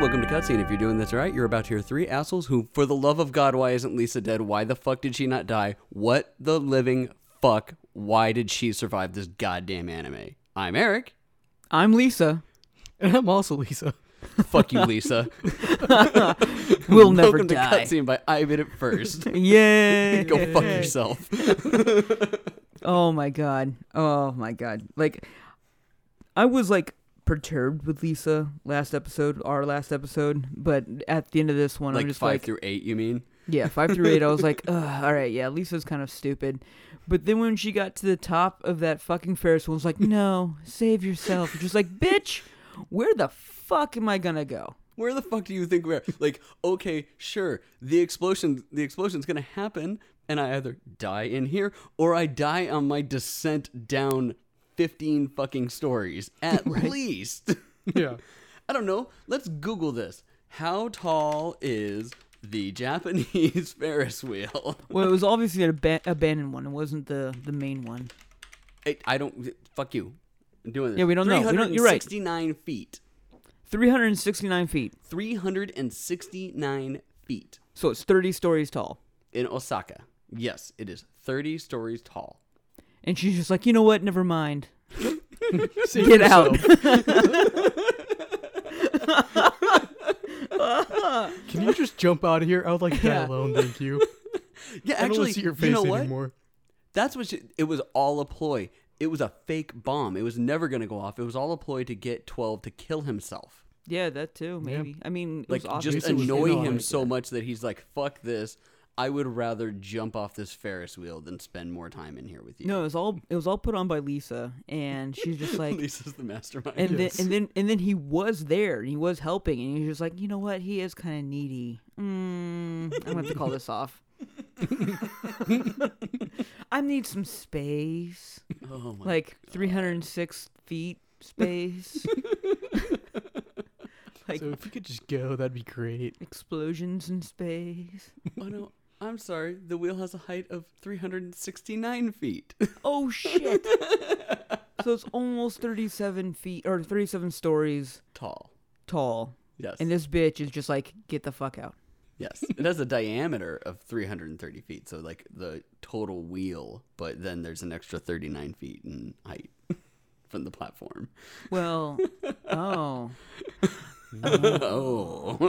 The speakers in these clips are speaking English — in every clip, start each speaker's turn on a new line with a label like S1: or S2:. S1: welcome to Cutscene. If you're doing this right, you're about to hear three assholes who, for the love of God, why isn't Lisa dead? Why the fuck did she not die? What the living fuck? Why did she survive this goddamn anime? I'm Eric.
S2: I'm Lisa.
S3: And I'm also Lisa.
S1: Fuck you, Lisa.
S2: We'll never
S1: welcome
S2: die.
S1: to Cutscene by I Did It First.
S2: Yay!
S1: Go fuck yourself.
S2: Oh my god. Oh my god. Like I was like perturbed with Lisa last episode, our last episode, but at the end of this one
S1: like
S2: I'm just
S1: five
S2: like
S1: through eight, you mean?
S2: yeah, 5 through 8 I was like, Ugh, all right, yeah, Lisa's kind of stupid. But then when she got to the top of that fucking Ferris wheel, I was like, "No, save yourself." Just like, "Bitch, where the fuck am I going to go?"
S1: Where the fuck do you think we're like? Okay, sure. The explosion, the explosion's gonna happen, and I either die in here or I die on my descent down fifteen fucking stories at least.
S3: Yeah.
S1: I don't know. Let's Google this. How tall is the Japanese Ferris wheel?
S2: Well, it was obviously an aban- abandoned one. It wasn't the the main one.
S1: I, I don't. Fuck you. I'm doing this.
S2: Yeah, we don't know. We don't- you're right.
S1: 369 feet.
S2: 369 feet.
S1: Three hundred and sixty-nine feet
S2: So it's 30 stories tall.
S1: in Osaka. Yes, it is thirty stories tall.
S2: And she's just like, you know what? Never mind.
S3: Save
S2: Get out.
S3: Can you just jump out of here? I would like that
S2: Yeah.
S3: alone, thank you.
S1: Yeah,
S3: I don't want
S1: actually,
S3: to see your face
S1: you know what?
S3: anymore.
S1: That's what she, it was all a ploy. It was a fake bomb. It was never going to go off. It was all a ploy to get 12 to kill himself.
S2: Yeah, that too, maybe. I mean, it
S1: Like,
S2: was obvious
S1: just
S2: it was
S1: annoy
S2: in on
S1: him
S2: it.
S1: so much that he's like, fuck this. I would rather jump off this Ferris wheel than spend more time in here with you.
S2: No, it was all it was all put on by Lisa, and she's just like,
S1: Lisa's the mastermind.
S2: and then and then and then he was there, and he was helping, and he's just like, you know what? He is kind of needy. Mm, I'm gonna have to call this off. I need some space,
S1: oh my.
S2: like 306 feet space. like
S3: So if you could just go, that'd be great.
S2: explosions in space.
S1: oh no. I'm sorry. The wheel has a height of 369 feet.
S2: Oh shit! so it's almost thirty-seven feet or thirty-seven stories
S1: Tall.
S2: tall,
S1: Yes.
S2: and this bitch is just like, get the fuck out.
S1: Yes, it has a diameter of 330 feet, so like the total wheel, but then there's an extra 39 feet in height from the platform.
S2: Well, oh,
S1: oh.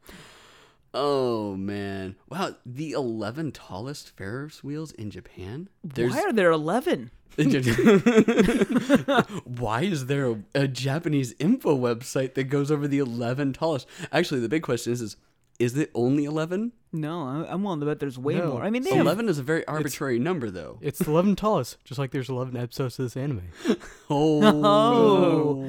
S1: oh man. Wow, the 11 tallest Ferris wheels in Japan? There's
S2: why are there eleven?
S1: Why is there a, a Japanese info website that goes over the 11 tallest? Actually, the big question is is is it only 11?
S2: No, I- I'm willing to bet there's way
S3: No.
S2: more. I mean, they have,
S1: 11 is a very arbitrary number though.
S3: It's the 11 tallest, just like there's 11 episodes to this anime.
S1: Oh.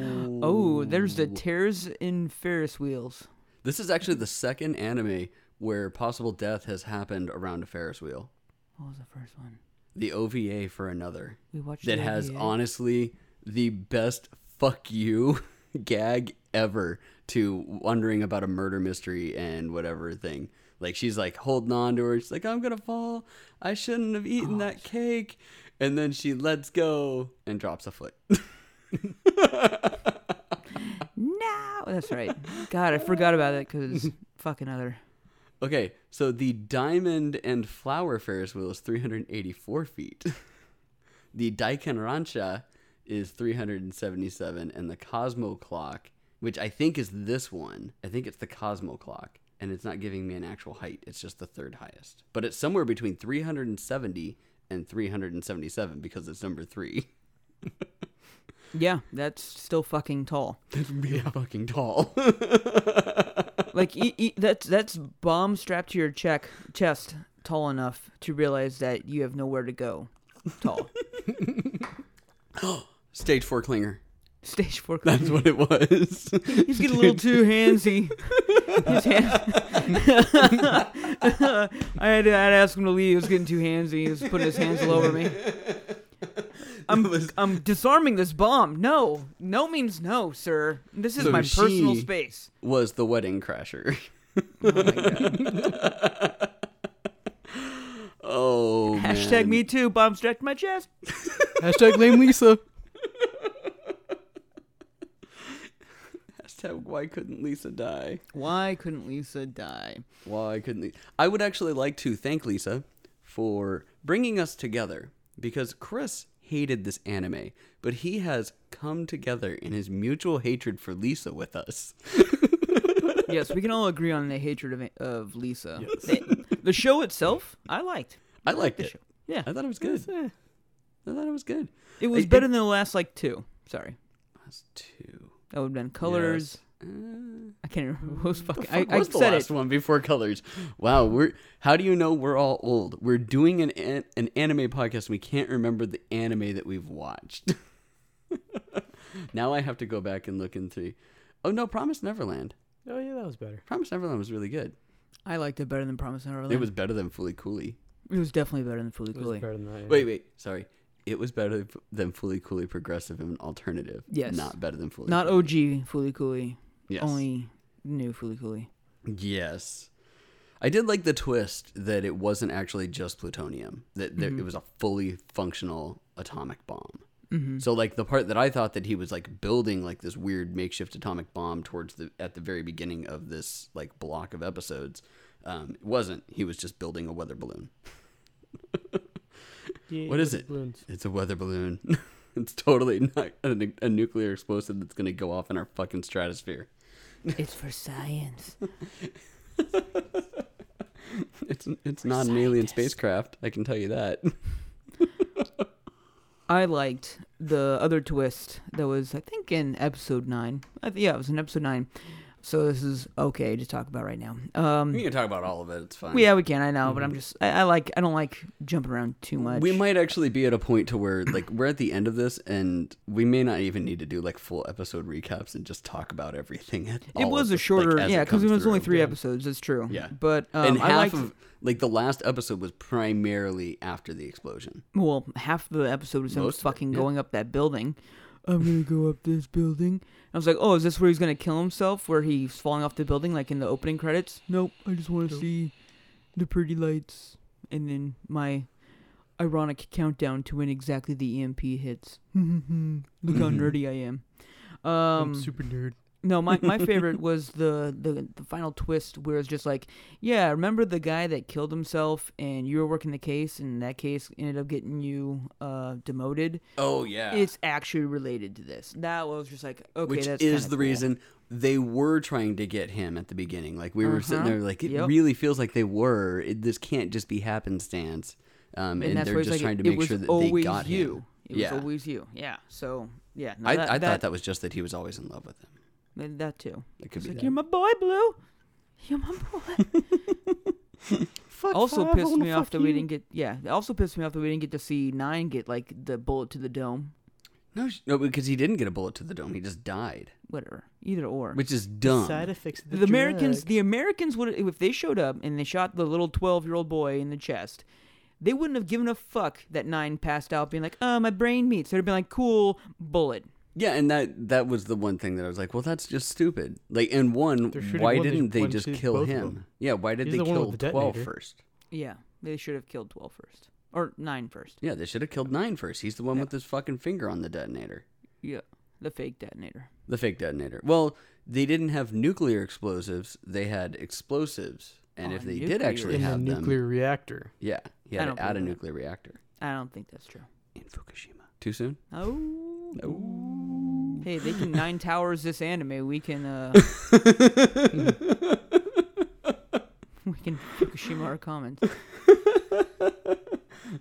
S2: oh, there's the tears in Ferris wheels.
S1: This is actually the second anime where possible death has happened around a Ferris wheel.
S2: What was the first one
S1: The OVA for another
S2: we watched?
S1: that
S2: the
S1: has
S2: OVA.
S1: honestly the best fuck you gag ever to wondering about a murder mystery and whatever thing. Like she's like holding on to her. She's like, I'm gonna fall. I shouldn't have eaten that cake. And then she lets go and drops a foot.
S2: No, Ah, that's right. God, I forgot about it because fucking other.
S1: Okay, so the diamond and flower Ferris wheel is 384 feet. the Daikin Rancha is 377, and the Cosmo clock, which I think is this one, I think it's the Cosmo clock, and it's not giving me an actual height. It's just the third highest, but it's somewhere between 370 and 377 because it's number three.
S2: Yeah, that's still fucking tall.
S1: That's really fucking tall.
S2: like e- e- that's that's bomb strapped to your check chest tall enough to realize that you have nowhere to go tall
S1: Stage four clinger.
S2: stage four
S1: That's what it was.
S2: he's getting a little too handsy His hand- I, had to, I had to ask him to leave he was getting too handsy he was putting his hands all over me I'm, I'm disarming this bomb no no means no sir this is
S1: So
S2: my
S1: she-
S2: personal space
S1: was the wedding crasher. Oh, man.
S2: hashtag me too bomb strapped to my chest
S3: Hashtag lame Lisa.
S1: Hashtag why couldn't Lisa die?
S2: Why couldn't Lisa die?
S1: Why couldn't Lisa? I would actually like to thank Lisa for bringing us together because Chris hated this anime, but he has come together in his mutual hatred for Lisa with us.
S2: yes, we can all agree on the hatred of, of Lisa. The, the show itself, I liked.
S1: I liked
S2: the
S1: it.
S2: show. Yeah,
S1: I thought it was good.
S2: eh.
S1: I thought it was good.
S2: it was
S1: It-
S2: better than the last like two. Sorry,
S1: That's two.
S2: that would have been colors.
S1: Uh,
S2: I can't remember what was fucking.
S1: the fuck
S2: I,
S1: was
S2: I
S1: the
S2: said
S1: last
S2: it.
S1: one before Colors? Wow, we're how do you know we're all old? We're doing an an, an anime podcast and we can't remember the anime that we've watched. now I have to go back and look and see. Oh no, Promise Neverland.
S3: Oh yeah, that was better.
S1: Promise Neverland was really good.
S2: I liked it better than Promise Neverland.
S1: It was better than Fully Cooley.
S2: It was definitely better than Fully
S3: It was
S2: Cooley.
S3: better than that. yeah.
S1: Wait, wait, sorry. It was better than Fully Cooley Progressive and Alternative.
S2: Yes.
S1: Not better than Fully
S2: Not
S1: Cooley.
S2: OG Fully Cooley.
S1: Yes.
S2: Only new Fully Cooley.
S1: Yes. I did like the twist that it wasn't actually just plutonium, that there, it was a fully functional atomic bomb.
S2: Mm-hmm.
S1: So like the part that I thought that he was like building like this weird makeshift atomic bomb towards the at the very beginning of this like block of episodes, um, it wasn't. He was just building a weather balloon.
S3: Yeah,
S1: What is
S3: the
S1: it?
S3: balloons.
S1: It's a weather balloon. it's totally not a, nu- a nuclear explosive that's going to go off in our fucking stratosphere.
S2: it's for science.
S1: It's it's not an alien
S2: Scientist.
S1: spacecraft. I can tell you that.
S2: I liked the other twist that was, I think, in episode nine. I th- yeah, it was in episode nine. So this is okay to talk about right now.
S1: We
S2: Um,
S1: can talk about all of it. It's fine.
S2: yeah, we can. I know, but I'm
S1: Mhm.
S2: just. I, I like. I don't like jumping around too much.
S1: We might actually be at a point to where like we're at the end of this and we may not even need to do like full episode recaps and just talk about everything. at
S2: It
S1: all of
S2: was a
S1: the-
S2: shorter,
S1: like, as
S2: yeah, because it was
S1: comes
S2: only
S1: through.
S2: three
S3: yeah.
S2: episodes. It's true.
S1: Yeah.
S2: but um,
S1: and
S2: I
S1: half
S2: liked,
S1: of like the last episode was primarily after the explosion.
S2: well, half the episode was him
S1: Most of it,
S2: fucking
S1: yeah.
S2: going up that building. I'm gonna go up this building. I was like, oh, is this where he's gonna kill himself? Where he's falling off the building, like in the opening credits? Nope. I just want to
S3: Nope.
S2: see the pretty lights, and then my ironic countdown to when exactly the EMP hits. Look how
S1: Mhm.
S2: nerdy I am.
S3: I'm
S2: Um,
S3: super nerd.
S2: no, my, my favorite was the, the the final twist where it's just like, yeah, remember the guy that killed himself and you were working the case and that case ended up getting you uh, demoted.
S1: Oh yeah.
S2: It's actually related to this. That was just like, okay,
S1: Which
S2: that's
S1: is
S2: kinda
S1: the
S2: cool.
S1: reason they were trying to get him at the beginning. Like we were sitting
S2: Uh-huh.
S1: there, like it
S2: Yep.
S1: really feels like they were. It, this can't just be happenstance. Um, and,
S2: that's
S1: they're
S2: where it's
S1: just
S2: like,
S1: trying to
S2: it
S1: make
S2: was
S1: sure that they
S2: always
S1: got
S2: you.
S1: him.
S2: It was
S1: Yeah.
S2: always you. Yeah. So yeah, no,
S1: I,
S2: that,
S1: I thought
S2: that,
S1: that was just that he was always in love with him.
S2: that that too.
S1: It could
S2: It's
S1: be
S2: like
S1: that.
S2: you're my boy, Blue. You're my boy.
S3: Fuck
S2: also
S3: five, I
S2: pissed
S3: wanna
S2: me off
S3: fuck
S2: that we
S3: you.
S2: didn't get yeah. It also pissed me off that we didn't get to see nine get like the bullet to the dome.
S1: No, sh- no, because he didn't get a bullet to the dome. He just died,
S2: Whatever. Either or.
S1: which is dumb.
S3: Side effects. Of
S2: the,
S3: the,
S2: Americans
S3: drug.
S2: the Americans would if they showed up and they shot the little twelve year old boy in the chest, they wouldn't have given a fuck that nine passed out being like, Oh, my brain meats. They'd have been like, Cool, bullet.
S1: yeah, and that that was the one thing that I was like, well, that's just stupid. Like, and one,
S3: They're shooting
S1: why
S3: one, they-
S1: didn't they
S3: one
S1: just
S3: shoots
S1: kill
S3: both of
S1: him?
S3: them.
S1: Yeah, why did
S3: He's
S1: they
S3: the one
S1: kill
S3: with the
S1: 12
S3: detonator.
S1: first?
S2: Yeah. They should have killed 12 first. Or nine first.
S1: Yeah, they should have killed nine first. He's the one
S2: Yeah.
S1: with his fucking finger on the detonator,
S2: Yeah. The fake detonator.
S1: the fake detonator. Well, they didn't have nuclear explosives; they had explosives, and
S2: Oh,
S1: if they did
S2: nuclear.
S1: actually
S3: in
S1: have
S3: a
S1: them,
S3: nuclear reactor.
S1: yeah, he
S2: I
S1: had
S2: don't
S1: to add a
S2: believe that.
S1: nuclear reactor
S2: I don't think that's true.
S1: in Fukushima. Too soon.
S2: Oh, Hey, they can nine towers this anime. We can uh we can Fukushima our comments.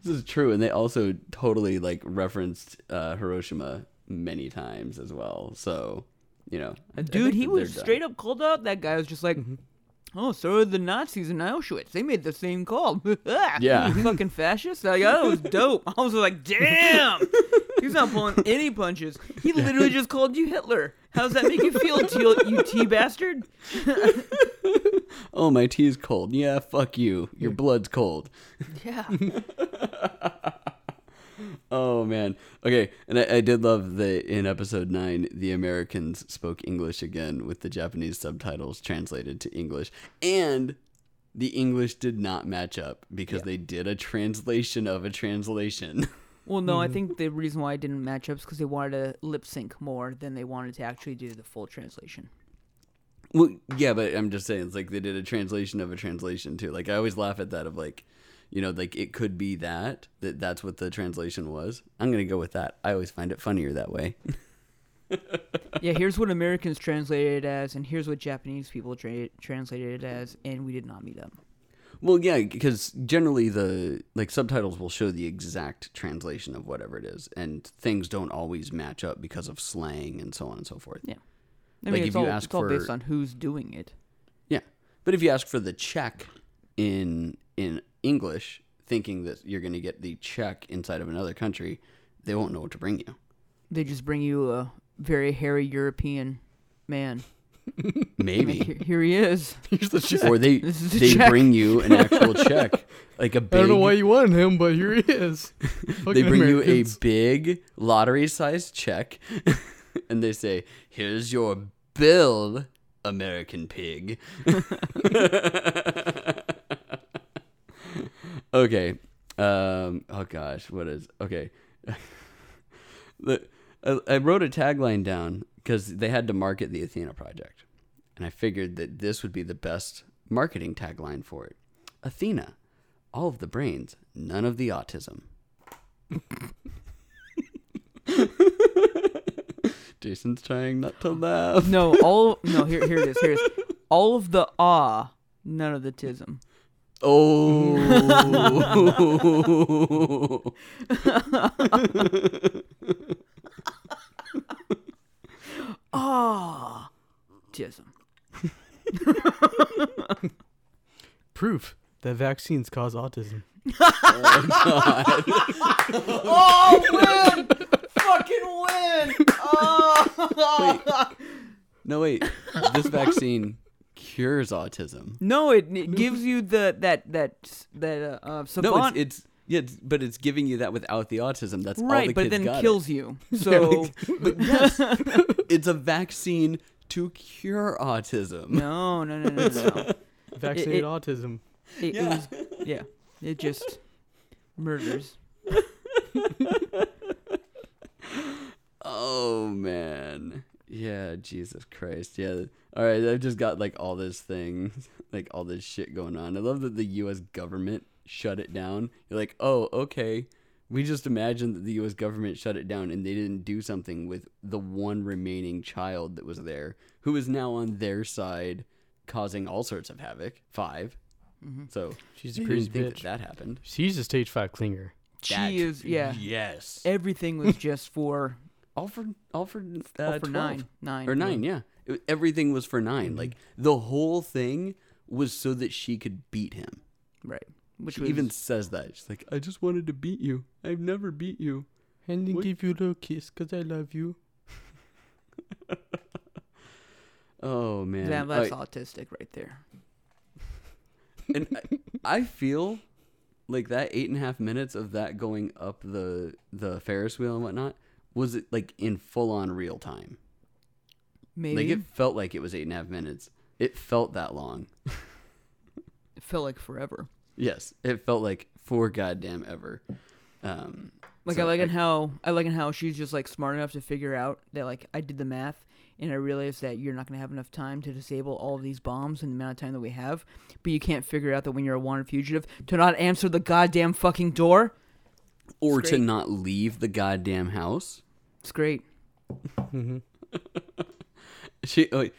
S1: This is true, and they also totally like referenced uh, Hiroshima many times as well. So, you know, I- I
S2: Dude,
S1: think
S2: he
S1: that
S2: was
S1: they're
S2: straight
S1: done. Mm-hmm.
S2: up called out. That guy was just like, "Oh, so are the Nazis in Auschwitz. They made the same call.
S1: Yeah.
S2: You fucking fascist. Like, that was dope. I was like, damn, he's not pulling any punches. He literally just called you Hitler. How does that make you feel, you, you tea bastard?
S1: Oh, my tea is cold. Yeah, fuck you. Your blood's cold.
S2: Yeah.
S1: Oh man. Okay, and I, I did love that in episode nine, the Americans spoke English again with the Japanese subtitles translated to English, and the English did not match up because they did a translation of a translation.
S2: Well, no,
S1: Mm-hmm.
S2: I think the reason why it didn't match up is because they wanted to lip sync more than they wanted to actually do the full translation.
S1: Well, yeah, but I'm just saying, it's like they did a translation of a translation too. Like I always laugh at that of like, you know, like it could be that that that's what the translation was. I'm gonna go with that. I always find it funnier that way.
S2: yeah, here's what Americans translated it as, and here's what Japanese people tra- translated it as, and we did not meet up.
S1: Well, yeah, because generally the like subtitles will show the exact translation of whatever it is, and things don't always match up because of slang and so on and so forth.
S2: Yeah. I
S1: Like,
S2: mean,
S1: if
S2: it's,
S1: you
S2: all,
S1: ask
S2: it's all based
S1: for-
S2: on who's doing it.
S1: Yeah. But if you ask for the check in in English, thinking that you're going to get the check inside of another country, they won't know what to bring you.
S2: They just bring you a very hairy European man. Like,
S1: Maybe.
S2: here, here he is.
S1: Here's the check. Or they
S2: This is the
S1: they
S2: check.
S1: bring you an actual check, like a
S3: I
S1: big
S3: don't know why you wanted him, but here he is.
S1: they
S3: Fucking
S1: bring
S3: Americans.
S1: you a big lottery-sized check and they say, "Here's your bill, American pig." okay. Um, oh gosh, what is okay? the, I, I wrote a tagline down because they had to market the Athena project, and I figured that this would be the best marketing tagline for it. Athena, all of the brains, none of the autism. Jason's trying not to laugh.
S2: No, all no. Here, here it is. Here it is. All of the ah, none of the tism.
S1: Oh.
S2: Ah, tism.
S3: proof that vaccines cause autism.
S2: Oh, win! Fucking win! Oh.
S1: no, wait. This vaccine cures autism.
S2: No, it, it gives you the that that that uh, uh,
S1: No,
S2: savant
S1: it's, it's yeah, it's, but it's giving you that without the autism. That's all
S2: right,
S1: the
S2: but
S1: kids
S2: then
S1: got it.
S2: kills you. So
S1: But yes, it's a vaccine to cure autism.
S2: no, no, no, no, no. no. it-
S3: Vaccinated autism.
S2: It, yeah.
S1: Yeah.
S2: It was, yeah, it just murders.
S1: Oh man. Yeah, Jesus Christ. Yeah. All right, I've just got like all this thing, like all this shit going on. I love that the US government shut it down. You're like, "Oh, okay. We just imagined that the US government shut it down and they didn't do something with the one remaining child that was there who is now on their side causing all sorts of havoc." 5. So,
S3: She's a
S1: you
S3: crazy
S1: didn't think
S3: bitch.
S1: that that happened.
S3: She's a stage five clinger.
S1: That-
S2: She is yeah.
S1: Yes.
S2: Everything was just for
S1: All for all for, uh,
S2: all for
S1: 12.
S2: nine, nine
S1: or nine yeah It- everything was for 9
S2: Mm-hmm.
S1: like the whole thing was so that she could beat him
S2: right? Which
S1: she
S2: was
S1: even says that she's like i just wanted to beat you i've never beat you
S3: And then
S1: What?
S3: give you a little kiss 'cause I love you.
S1: oh man
S2: that, that's
S1: All
S2: autistic right there.
S1: right, and I, I feel like that eight and a half minutes of that going up the the ferris wheel and whatnot was it like in full on real time
S2: Maybe
S1: like it felt like it was eight and a half minutes it felt that long
S2: it felt like forever.
S1: yes it felt like for goddamn ever um
S2: Like I
S1: so
S2: like in how I like in how she's just like smart enough to figure out that like I did the math and I realized that you're not gonna have enough time to disable all of these bombs in the amount of time that we have, but you can't figure out that when you're a wanted fugitive to not answer the goddamn fucking door.
S1: or
S2: It's
S1: to
S2: great.
S1: not leave the goddamn house.
S2: It's great.
S1: She oh,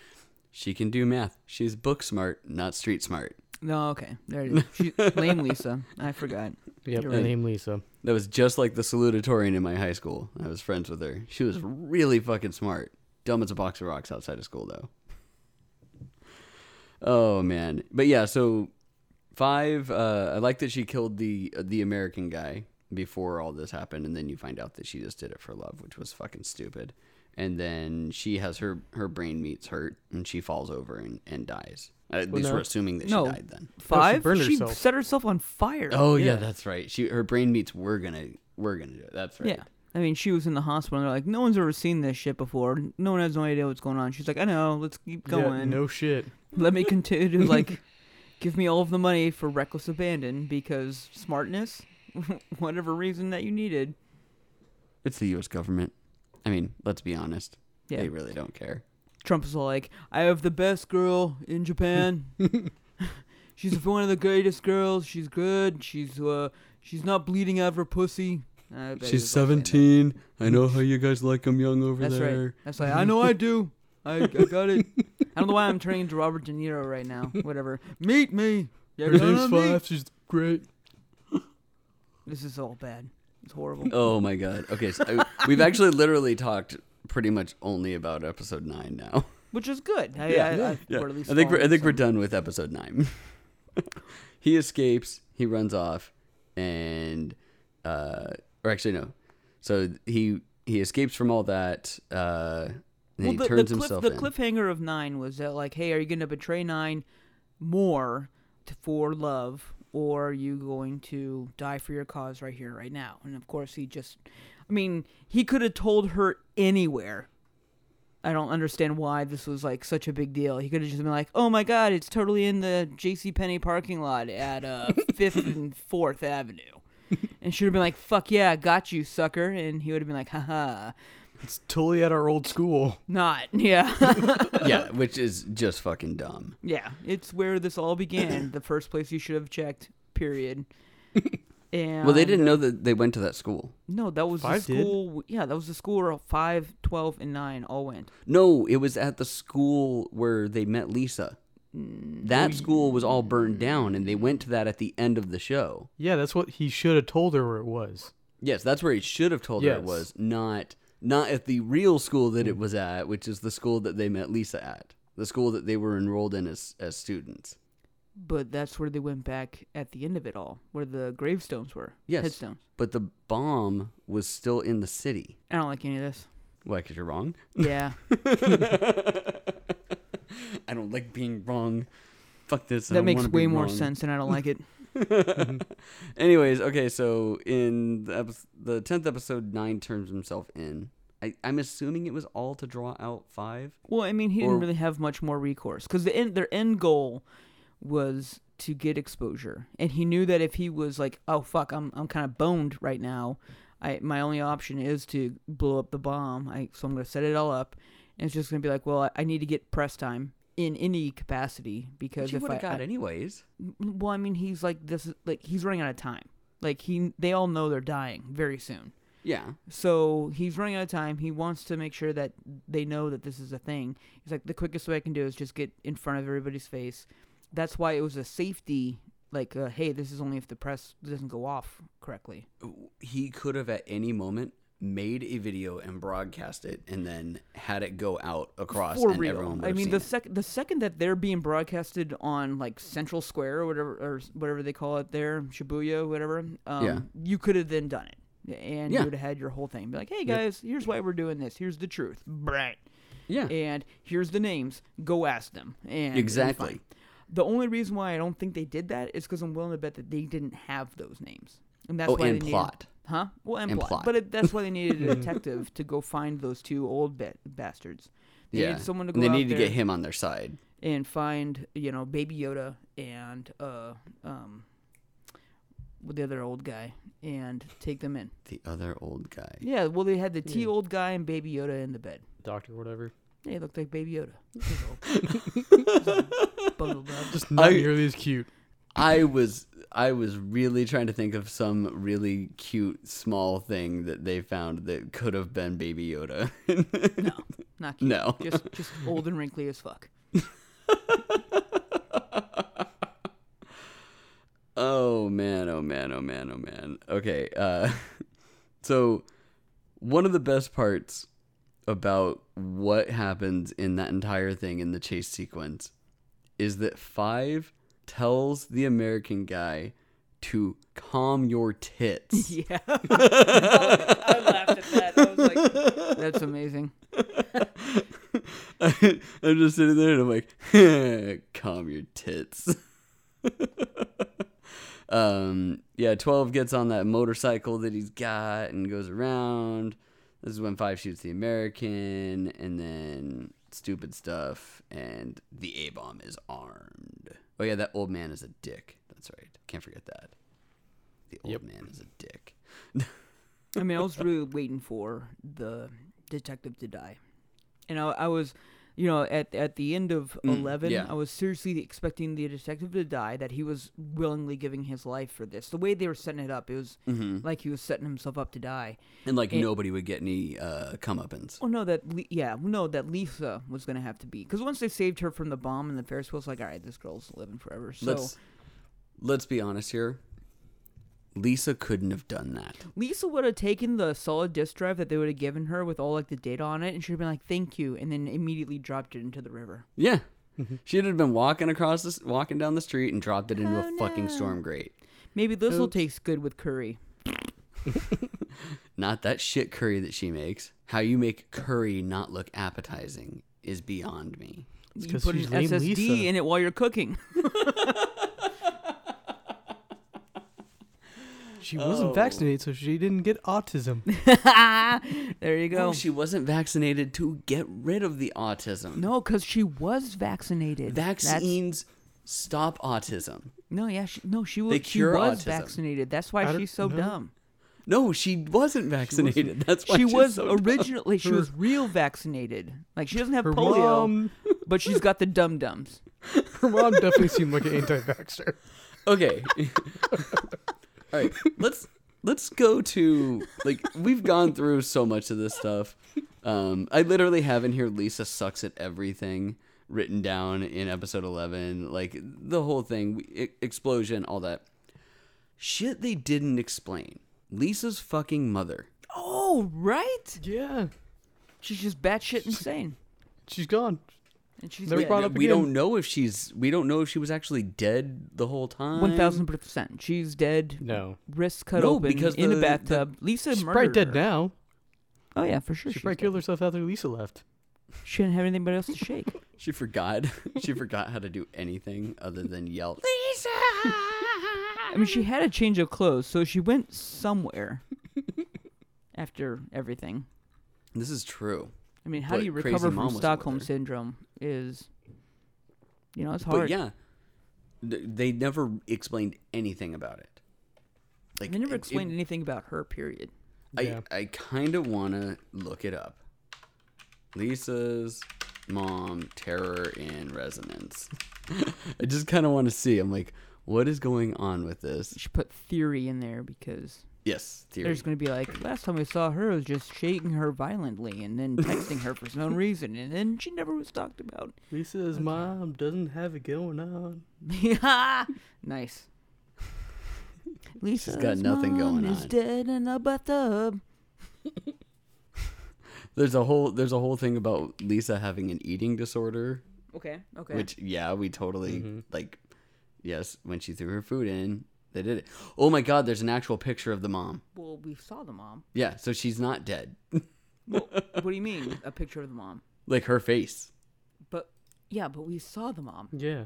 S1: she can do math. She's book smart, not street smart.
S2: No, okay, there it is. She, lame Lisa. I forgot.
S1: Oh,
S3: Yep,
S2: You're
S3: her
S2: right.
S3: name Lisa.
S1: That was just like the salutatorian in my high school. I was friends with her. She was really fucking smart. Dumb as a box of rocks outside of school though. Oh man. But yeah, so 5 uh I like that she killed the uh, the American guy before all this happened and then you find out that she just did it for love, which was fucking stupid. And then she has her her brain meets hurt and she falls over and and dies. At least
S3: no.
S1: we're assuming that
S2: No.
S1: she died then.
S2: Five.
S3: burned
S2: she
S3: herself.
S2: set herself on fire.
S1: Oh yeah,
S3: Yeah.
S1: that's right. She her brain meets we're gonna we're gonna do it. That's right.
S2: Yeah. I mean, she was in the hospital, and they're like, "No one's ever seen this shit before. No one has no idea what's going on." She's like, "I know. Let's keep
S3: Yeah,
S2: going.
S3: no shit.
S2: Let me continue. Like, give me all of the money for reckless abandon because smartness, whatever reason that you needed.
S1: It's the U.S. government. I mean, let's be honest.
S2: Yeah,
S1: They really don't care.
S2: Trump was all like, I have the best girl in Japan. she's one of the greatest girls. She's good. She's uh, she's not bleeding out of her pussy. I bet he
S1: She's
S2: was all saying that.
S1: 17. I know how you guys like them young over
S2: That's right.
S1: there.
S2: That's like, I know I do. I, I got it. I don't know why I'm turning into Robert De Niro right now. Whatever. Meet me. You're
S3: Her
S2: gonna
S3: name's
S2: meet-
S3: Five. She's great.
S2: This is all bad. It's horrible.
S1: Oh my god. Okay, so I- we've actually literally talked pretty much only about episode nine now.
S2: Which is good. I,
S1: Yeah,
S2: I, I,
S1: Yeah.
S2: Or
S1: I
S2: at least
S1: think we're, I
S2: following
S1: think we're
S2: some-
S1: done with episode nine. he escapes. He runs off, and uh, or actually no. So he he escapes from all that. Uh, and
S2: Well,
S1: he
S2: the, the
S1: turns
S2: cliff-
S1: himself
S2: the
S1: in.
S2: cliffhanger of nine was that like, hey, are you going to betray nine more to, for love, or are you going to die for your cause right here, right now? And of course, he just, I mean, he could have told her anywhere. I don't understand why this was like such a big deal. He could have just been like, "Oh my God, it's totally in the J.C. Penney parking lot at uh, Fifth and Fourth Avenue," and should have been like, "Fuck yeah, got you, sucker!" And he would have been like, "Haha,
S3: It's totally at our old school.
S2: not yeah."
S1: yeah, which is just fucking dumb.
S2: Yeah, it's where this all began. the first place you should have checked. Period. And
S1: Well, they didn't know that they went to that school.
S2: No, that was
S3: Five
S2: the
S3: did.
S2: school. Yeah, that was the school where five, twelve, and nine all went.
S1: No, it was at the school where they met Lisa. That school was all burned down, and they went to that at the end of the show.
S3: Yeah, that's what he should have told her where it was.
S1: Yes, that's where he should have told her it
S3: Yes.
S1: was, not not at the real school that it was at, which is the school that they met Lisa at, the school that they were enrolled in as as students.
S2: But that's where they went back at the end of it all, where the gravestones were.
S1: Yes.
S2: Headstones.
S1: But the bomb was still in the city.
S2: I don't like any of this.
S1: Why? Because you're wrong.
S2: Yeah.
S1: I don't like being wrong. Fuck this. I
S2: that
S1: don't
S2: makes
S1: wanna be
S2: way more
S1: wrong.
S2: sense, and I don't like it.
S1: Mm-hmm. Anyways, okay, so in the, epi- the 10th episode, Nine turns himself in. I, I'm assuming it was all to draw out five.
S2: Well, I mean, he
S1: Or-
S2: didn't really have much more recourse because the end, their end goal was to get exposure, and he knew that if he was like, "Oh fuck, I'm I'm kind of boned right now. I my only option is to blow up the bomb. I so I'm gonna set it all up, and it's just gonna be like, well, I, I need to get press time in any capacity because
S1: Which he
S2: if
S1: would
S2: I,
S1: have got
S2: I-
S1: anyways.
S2: well, I mean, he's like this, is, like he's running out of time. Like he, they all know they're dying very soon.
S1: Yeah.
S2: So he's running out of time. He wants to make sure that they know that this is a thing. He's like, the quickest way I can do is just get in front of everybody's face. That's why it was a safety, like, uh, hey, this is only if the press doesn't go off correctly.
S1: He could have at any moment made a video and broadcast it and then had it go out across
S2: For
S1: and
S2: real.
S1: everyone would
S2: I
S1: have
S2: mean,
S1: seen
S2: the
S1: it.
S2: second the second that they're being broadcasted on like Central Square or whatever or s- whatever they call it there, Shibuya, whatever. Um,
S1: Yeah.
S2: You could have then done it, and
S1: Yeah.
S2: you would have had your whole thing. Be like, hey guys, here's why we're doing this. Here's the truth. Right.
S1: Yeah.
S2: and here's the names. Go ask them. And you're
S1: Exactly.
S2: fine. The only reason why I don't think they did that is because I'm willing to bet that they didn't have those names, and that's
S1: oh,
S2: why
S1: and
S2: they
S1: plot.
S2: Needed, huh? Well, and,
S1: And
S2: plot.
S1: plot.
S2: But it, that's why they needed a detective to go find those two old ba- bastards. They
S1: yeah.
S2: needed someone to go
S1: and they
S2: out
S1: needed to
S2: there
S1: get him on their side.
S2: and find you know Baby Yoda and uh um the other old guy and take them in.
S1: The other old guy.
S2: Yeah, well they had the T
S3: Yeah.
S2: old guy and Baby Yoda in the bed.
S3: Doctor, whatever.
S2: Yeah, he looked like Baby Yoda. He's all- he's all bundled up.
S3: Just not
S1: I-
S3: nearly as cute.
S1: I was I was really trying to think of some really cute small thing that they found that could have been Baby Yoda.
S2: Not cute.
S1: no.
S2: Just just old and wrinkly as fuck.
S1: Oh man, oh man, oh man, oh man. Okay, uh so one of the best parts about what happens in that entire thing in the chase sequence is that 5 tells the American guy to calm your tits.
S2: Yeah. I laughed at that. I was like, that's amazing.
S1: I, I'm just sitting there and I'm like, calm your tits. um, yeah, 12 gets on that motorcycle that he's got and goes around. This is when 5 shoots the American, and then stupid stuff, and the A bomb is armed. Oh, yeah, that old man is a dick. That's right. Can't forget that. The old
S3: Yep.
S1: man is a dick.
S2: I mean, I was really waiting for the detective to die. And I, I was you know, at at the end of
S1: Mm,
S2: eleven,
S1: yeah.
S2: I was seriously expecting the detective to die. That he was willingly giving his life for this. The way they were setting it up, it was
S1: hmm
S2: like he was setting himself up to die.
S1: And like
S2: It-
S1: nobody would get any uh, comeuppance.
S2: Oh no, that Le- yeah, no, that Lisa was gonna have to be because once they saved her from the bomb and the Ferris wheel's like, all right, this girl's living forever. So
S1: let's let's be honest here. Lisa couldn't have done that.
S2: Lisa would have taken the solid disk drive that they would have given her with all like the data on it, and she'd have been like, "Thank you," and then immediately dropped it into the river.
S1: Yeah. Mm-hmm. She'd have been walking across this, walking down the street and dropped it into
S2: Oh,
S1: a fucking
S2: no.
S1: storm grate.
S2: Maybe this will
S3: Oops.
S2: taste good with curry.
S1: Not that shit curry that she makes. How you make curry not look appetizing is beyond me.
S3: It's
S2: you
S3: 'cause
S2: put an
S3: she's named
S2: SSD
S3: Lisa.
S2: in it while you're cooking.
S3: She wasn't
S1: Oh.
S3: vaccinated, so she didn't get autism.
S2: there you go.
S3: Oh,
S1: No, she wasn't vaccinated to get rid of the autism.
S2: no, because she was vaccinated. That's-
S1: Vaccines stop autism.
S2: no, yeah, she, no, she was.
S1: They
S2: She
S1: cure
S2: was
S1: autism.
S2: vaccinated. That's
S3: I
S2: why
S3: don't
S2: she's so
S3: know.
S2: dumb.
S1: No, she wasn't vaccinated. That's why
S2: She
S1: she's
S2: was
S1: so dumb.
S2: originally. She
S3: Her-
S2: was real vaccinated. Like she doesn't have
S3: Her
S2: polio,
S3: mom,
S2: but she's got the dum dums.
S3: her mom definitely seemed like an anti-vaxxer.
S1: okay all right let's let's go to like we've gone through so much of this stuff um i literally have in here lisa sucks at everything written down in episode 11 like the whole thing we, e- explosion all that shit they didn't explain lisa's fucking mother
S2: Oh right,
S3: Yeah,
S2: she's just batshit insane,
S3: she's gone.
S2: and she's
S3: Never
S2: dead.
S3: brought up
S1: we
S3: again.
S1: don't know if she's we don't know if she was actually dead the whole time
S2: One thousand percent. She's dead.
S3: No,
S2: Wrists cut
S1: No,
S2: open
S1: because
S2: in
S1: the-
S2: a bathtub. Lisa
S3: she's
S2: murdered
S3: probably dead
S2: her.
S3: now.
S2: Oh yeah, for sure.
S3: she
S2: she's
S3: probably
S2: dead.
S3: killed herself after Lisa left.
S2: She didn't have anybody else to shake.
S1: she forgot she forgot how to do anything other than yell
S2: I mean, she had a change of clothes, so she went somewhere after everything.
S1: this is true
S2: I mean, how
S1: But
S2: do you
S1: Crazy
S2: recover
S1: Mom
S2: from
S1: was with
S2: Stockholm
S1: her.
S2: syndrome? Is you know, it's hard.
S1: But yeah, th- they never explained anything about it. Like
S2: they never
S1: it-
S2: explained anything about her. Period.
S1: I
S3: Yeah.
S1: I kind of want to look it up. Lisa's mom terror in resonance. I just kind of want to see. I'm like, what is going on with this?
S2: She put theory in there because
S1: Yes, theory.
S2: there's going to be like last time we saw her was just shaking her violently and then texting her for no reason, and then she never was talked about.
S3: Lisa's mom doesn't have it going on.
S2: nice. Lisa's
S1: got nothing
S2: mom
S1: going
S2: is
S1: on.
S2: dead in a bathtub.
S1: There's a whole there's a whole thing about Lisa having an eating disorder,
S2: Okay. Okay.
S1: which yeah, we totally like. Yes, when she threw her food in, they did it. Oh my God, there's an actual picture of the mom.
S2: well, we saw the mom.
S1: Yeah, so she's not dead.
S2: What do you mean? A picture of the mom?
S1: like her face.
S2: But yeah, but we saw the mom
S3: Yeah,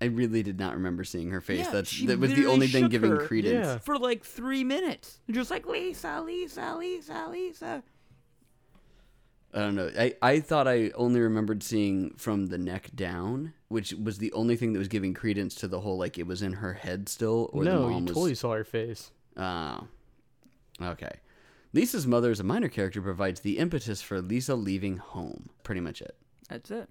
S1: I really did not remember seeing her face.
S2: Yeah,
S1: That's
S2: she
S1: that was the
S2: literally
S1: only thing
S2: shook
S1: giving
S2: her.
S1: credence.
S3: Yeah.
S2: for like three minutes, just like Lisa, Lisa, Lisa, Lisa.
S1: I don't know. I, I thought I only remembered seeing from the neck down, which was the only thing that was giving credence to the whole like it was in her head still or the
S3: no,
S1: mom
S3: you
S1: was
S3: totally saw her face.
S1: Oh. Okay. Lisa's mother is a minor character provides the impetus for Lisa leaving home. Pretty much it.
S2: That's it.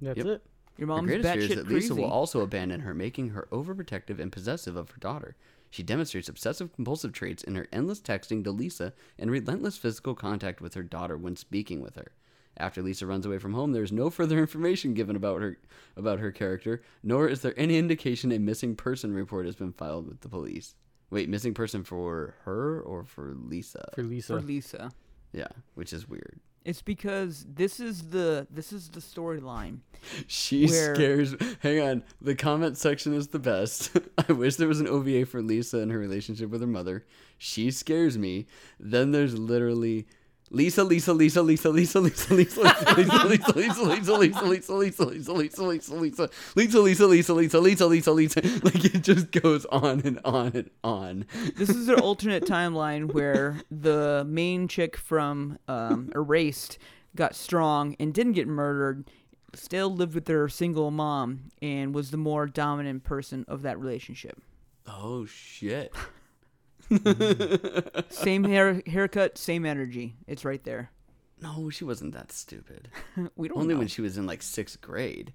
S3: That's
S1: Yep.
S3: it.
S2: Your
S1: Her
S2: mom's
S1: greatest fear is
S2: batshit
S1: that Lisa
S2: crazy.
S1: will also abandon her, making her overprotective and possessive of her daughter. She demonstrates obsessive compulsive traits in her endless texting to Lisa and relentless physical contact with her daughter when speaking with her. After Lisa runs away from home, there is no further information given about her about her character, nor is there any indication a missing person report has been filed with the police. Wait, missing person for her or for Lisa?
S3: For Lisa.
S2: for Lisa.
S1: yeah, which is weird.
S2: It's because this is the this is the storyline.
S1: She
S2: where-
S1: scares. Hang on. The comment section is the best. I wish there was an OVA for Lisa and her relationship with her mother. She scares me. Then there's literally Lisa, Lisa, Lisa, Lisa, Lisa, Lisa, Lisa, Lisa, Lisa, Lisa, Lisa, Lisa, Lisa, Lisa, Lisa, Lisa, Lisa, Lisa, Lisa, Lisa, Lisa, Lisa, Lisa, Lisa, Lisa. Like it just goes on and on and on.
S2: This is an alternate timeline where the main chick from um, Erased got strong and didn't get murdered. Still lived with her single mom and was the more dominant person of that relationship.
S1: Oh shit.
S2: Same hair, haircut, same energy. It's right there.
S1: No, she wasn't that stupid.
S2: We don't
S1: Only
S2: know.
S1: when she was in like sixth grade.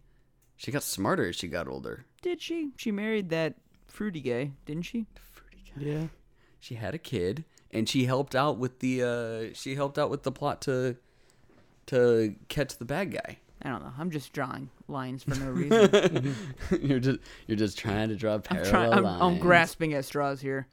S1: She got smarter as she got older.
S2: Did she? She married that fruity guy, didn't she?
S3: Yeah.
S1: She had a kid, and she helped out with the uh, she helped out with the plot to to catch the bad guy.
S2: I don't know. I'm just drawing lines for no reason.
S1: you're just you're just trying to draw
S2: I'm,
S1: parallel
S2: trying, I'm,
S1: lines.
S2: I'm grasping at straws here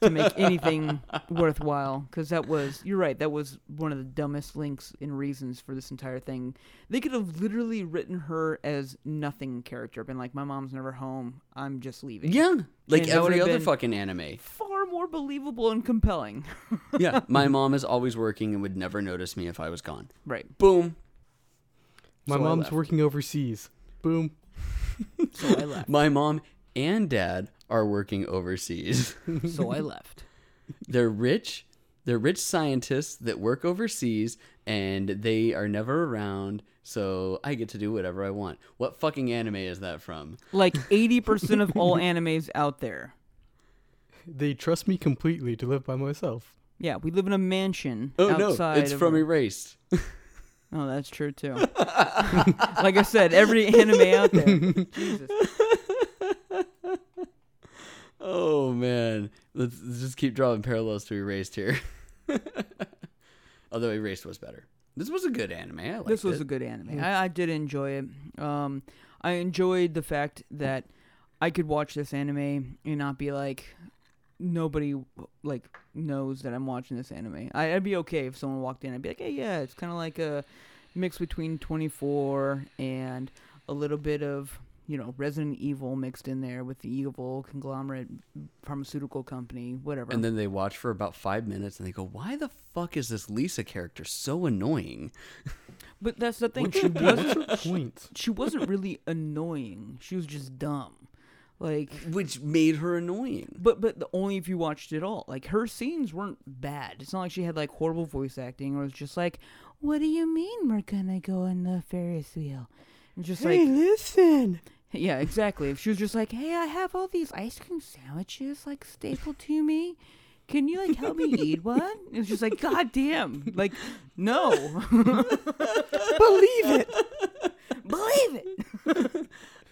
S2: to make anything worthwhile. Because that was, you're right, that was one of the dumbest links and reasons for this entire thing. They could have literally written her as nothing character, been like, my mom's never home. I'm just leaving.
S1: Yeah, like
S2: And that
S1: every
S2: would've
S1: other
S2: been-
S1: fucking anime.
S2: Far more believable and compelling.
S1: Yeah, my mom is always working and would never notice me if I was gone.
S2: right.
S1: Boom.
S3: My
S1: So I
S3: mom's
S1: left.
S3: working overseas. Boom.
S2: So I left.
S1: My mom and dad are working overseas.
S2: so I left.
S1: they're rich. They're rich scientists that work overseas and they are never around, so I get to do whatever I want. What fucking anime is that from?
S2: Like 80% of all animes out there.
S3: They trust me completely to live by myself.
S2: Yeah, we live in a mansion
S1: Oh
S2: outside.
S1: no, it's
S2: of
S1: from
S2: a-
S1: Erased.
S2: Oh, that's true too. like I said, every anime out there. Jesus.
S1: Oh man, let's, let's just keep drawing parallels to Erased here. Although Erased was better. This was a good anime. I liked
S2: This was
S1: it.
S2: a good anime. I, I did enjoy it. Um, I enjoyed the fact that I could watch this anime and not be like nobody like knows that I'm watching this anime. I, I'd be okay if someone walked in. I'd be like, hey, yeah, it's kind of like a mix between 24 and a little bit of you know Resident Evil mixed in there with the evil conglomerate pharmaceutical company, whatever.
S1: And then they watch for about five minutes and they go, Why the fuck is this Lisa character so annoying?
S2: But that's the thing.
S3: What's
S2: She
S3: your, what's
S2: wasn't.
S3: your point?
S2: She wasn't really annoying. She was just dumb. Like,
S1: Which made her annoying.
S2: but but the only if you watched it all. Like her scenes weren't bad. It's not like she had like horrible voice acting or was just like, "What do you mean we're gonna go on the Ferris wheel?" And just like,
S3: listen.
S2: yeah, exactly. If she was just like, "Hey, I have all these ice cream sandwiches like stapled to me." Can you like help me eat one? It's just like, God damn. Like, no. Believe it. Believe it.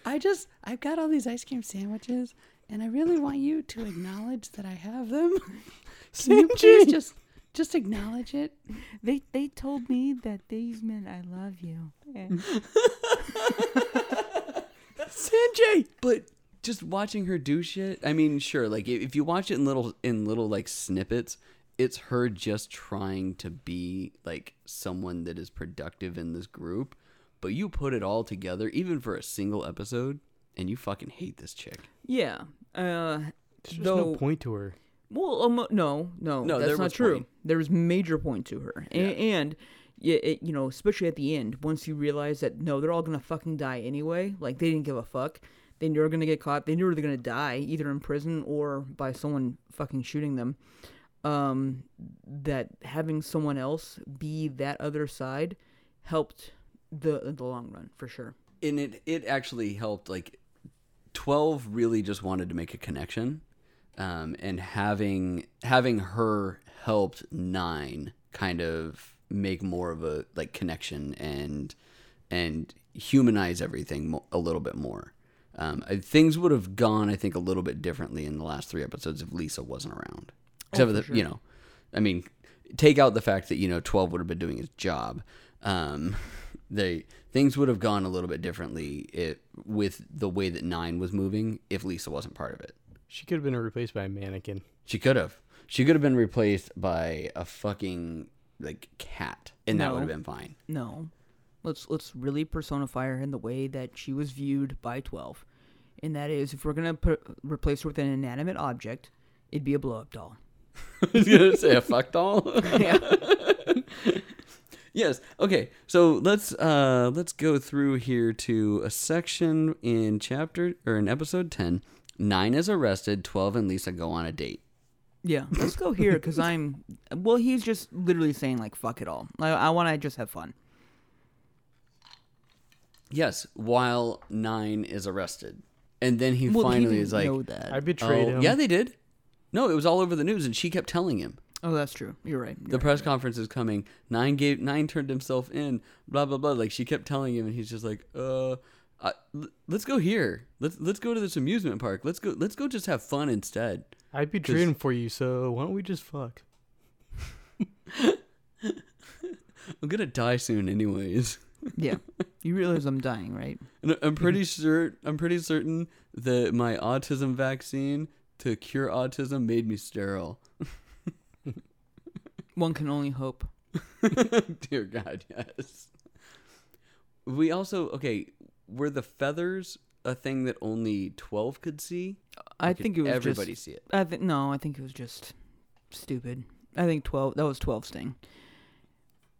S1: I just I've got all these ice cream sandwiches and I really want you to acknowledge that I have them. Can you please just just acknowledge it?
S2: They they told me that these men I love you. Eh. And
S1: Mm-hmm. Sanjay. But just watching her do shit, I mean, sure, like i- if you watch it in little in little like snippets, it's her just trying to be like someone that is productive in this group. But you put it all together, even for a single episode, and you fucking hate this chick.
S2: yeah. Uh
S3: There's just
S2: though
S3: no point to her.
S2: well um, no, no,
S1: No,
S2: that's
S1: there
S2: not
S1: was
S2: true.
S1: point.
S2: There was major point to her. A-
S1: Yeah.
S2: and yeah, it, you know, especially at the end, once you realize that no, they're all going to fucking die anyway, like they didn't give a fuck. They knew they were going to get caught. They knew they were going to die either in prison or by someone fucking shooting them. um, that having someone else be that other side helped the in the long run for sure.
S1: and it it actually helped like 12 really just wanted to make a connection um, and having having her helped 9 kind of make more of a like connection and and humanize everything mo- a little bit more um, I, things would have gone i think a little bit differently in the last three episodes if lisa wasn't around except for the you know i mean take out the fact that you know 12 would have been doing his job um, they things would have gone a little bit differently it, with the way that nine was moving if lisa wasn't part of it
S3: She could have been replaced by a mannequin.
S1: she could have she could have been replaced by a fucking like cat and that
S2: No.
S1: would have been fine
S2: No, let's let's really personify her in the way that she was viewed by twelve, and that is if we're gonna put, replace her with an inanimate object, it'd be a blow up doll.
S1: I was gonna say a fuck doll.
S2: Yeah.
S1: yes. Okay. So let's uh let's go through here to a section in chapter or in episode ten. Nine is arrested. Twelve and Lisa go on a date.
S2: Yeah, let's go here because I'm. Well, he's just literally saying like "fuck it all." I, I want to just have fun.
S1: Yes. While nine is arrested, and then he
S2: Well, he
S1: finally
S2: didn't
S1: is like,
S2: know that.
S3: I betrayed
S1: "Oh,
S3: him.
S1: yeah, they did." No, it was all over the news, and she kept telling him.
S2: Oh, that's true. You're right.
S1: The press conference is coming. Nine gave nine turned himself in. Blah blah blah. Like she kept telling him, and he's just like, uh, I, l- let's go here. Let's let's go to this amusement park. Let's go. Let's go just have fun instead.
S3: I'd be
S1: 'Cause-
S3: cheering for you, so why don't we just fuck?
S1: I'm gonna die soon, anyways.
S2: yeah. You realize I'm dying, right?
S1: And I'm pretty sure. I'm pretty certain that my autism vaccine to cure autism made me sterile.
S2: One can only hope.
S1: Dear God, yes. We also okay. Were the feathers a thing that only twelve could see?
S2: I
S1: Or could
S2: think it was
S1: everybody
S2: Just,
S1: see it.
S2: I think no. I think it was just stupid. I think twelve. That was twelve sting.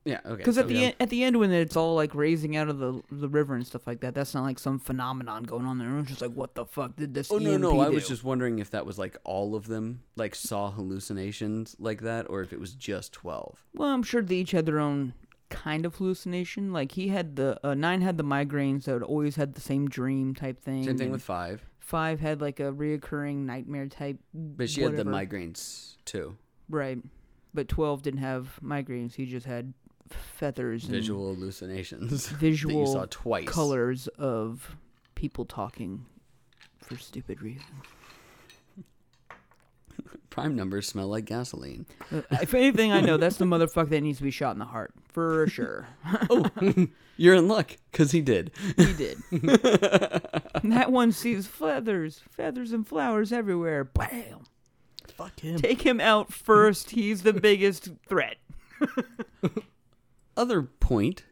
S1: Yeah, okay.
S2: Because
S1: so-
S2: at the end, at the end when it's all like raising out of the the river and stuff like that, that's not like some phenomenon going on there. Everyone's just like, what the fuck did this?
S1: Oh no
S2: EMP
S1: no! I
S2: do?
S1: was just wondering if that was like all of them, like saw hallucinations like that, or if it was just twelve.
S2: Well, I'm sure they each had their own kind of hallucination. Like he had the uh, nine had the migraines that would always had the same dream type thing.
S1: Same thing
S2: and
S1: with five,
S2: five had like a reoccurring nightmare type.
S1: but she had the
S2: whatever.
S1: migraines too,
S2: Right. But 12 didn't have migraines. He just had feathers
S1: visual hallucinations
S2: and
S1: that you saw
S2: visual
S1: twice.
S2: colors of people talking for stupid reasons.
S1: Prime numbers smell like gasoline.
S2: Uh, if anything, I know that's the motherfucker that needs to be shot in the heart. For sure.
S1: You're in luck because he did.
S2: he did. that one sees feathers, feathers and flowers everywhere. Bam.
S3: Fuck him.
S2: Take him out first. He's the biggest threat.
S1: Other point,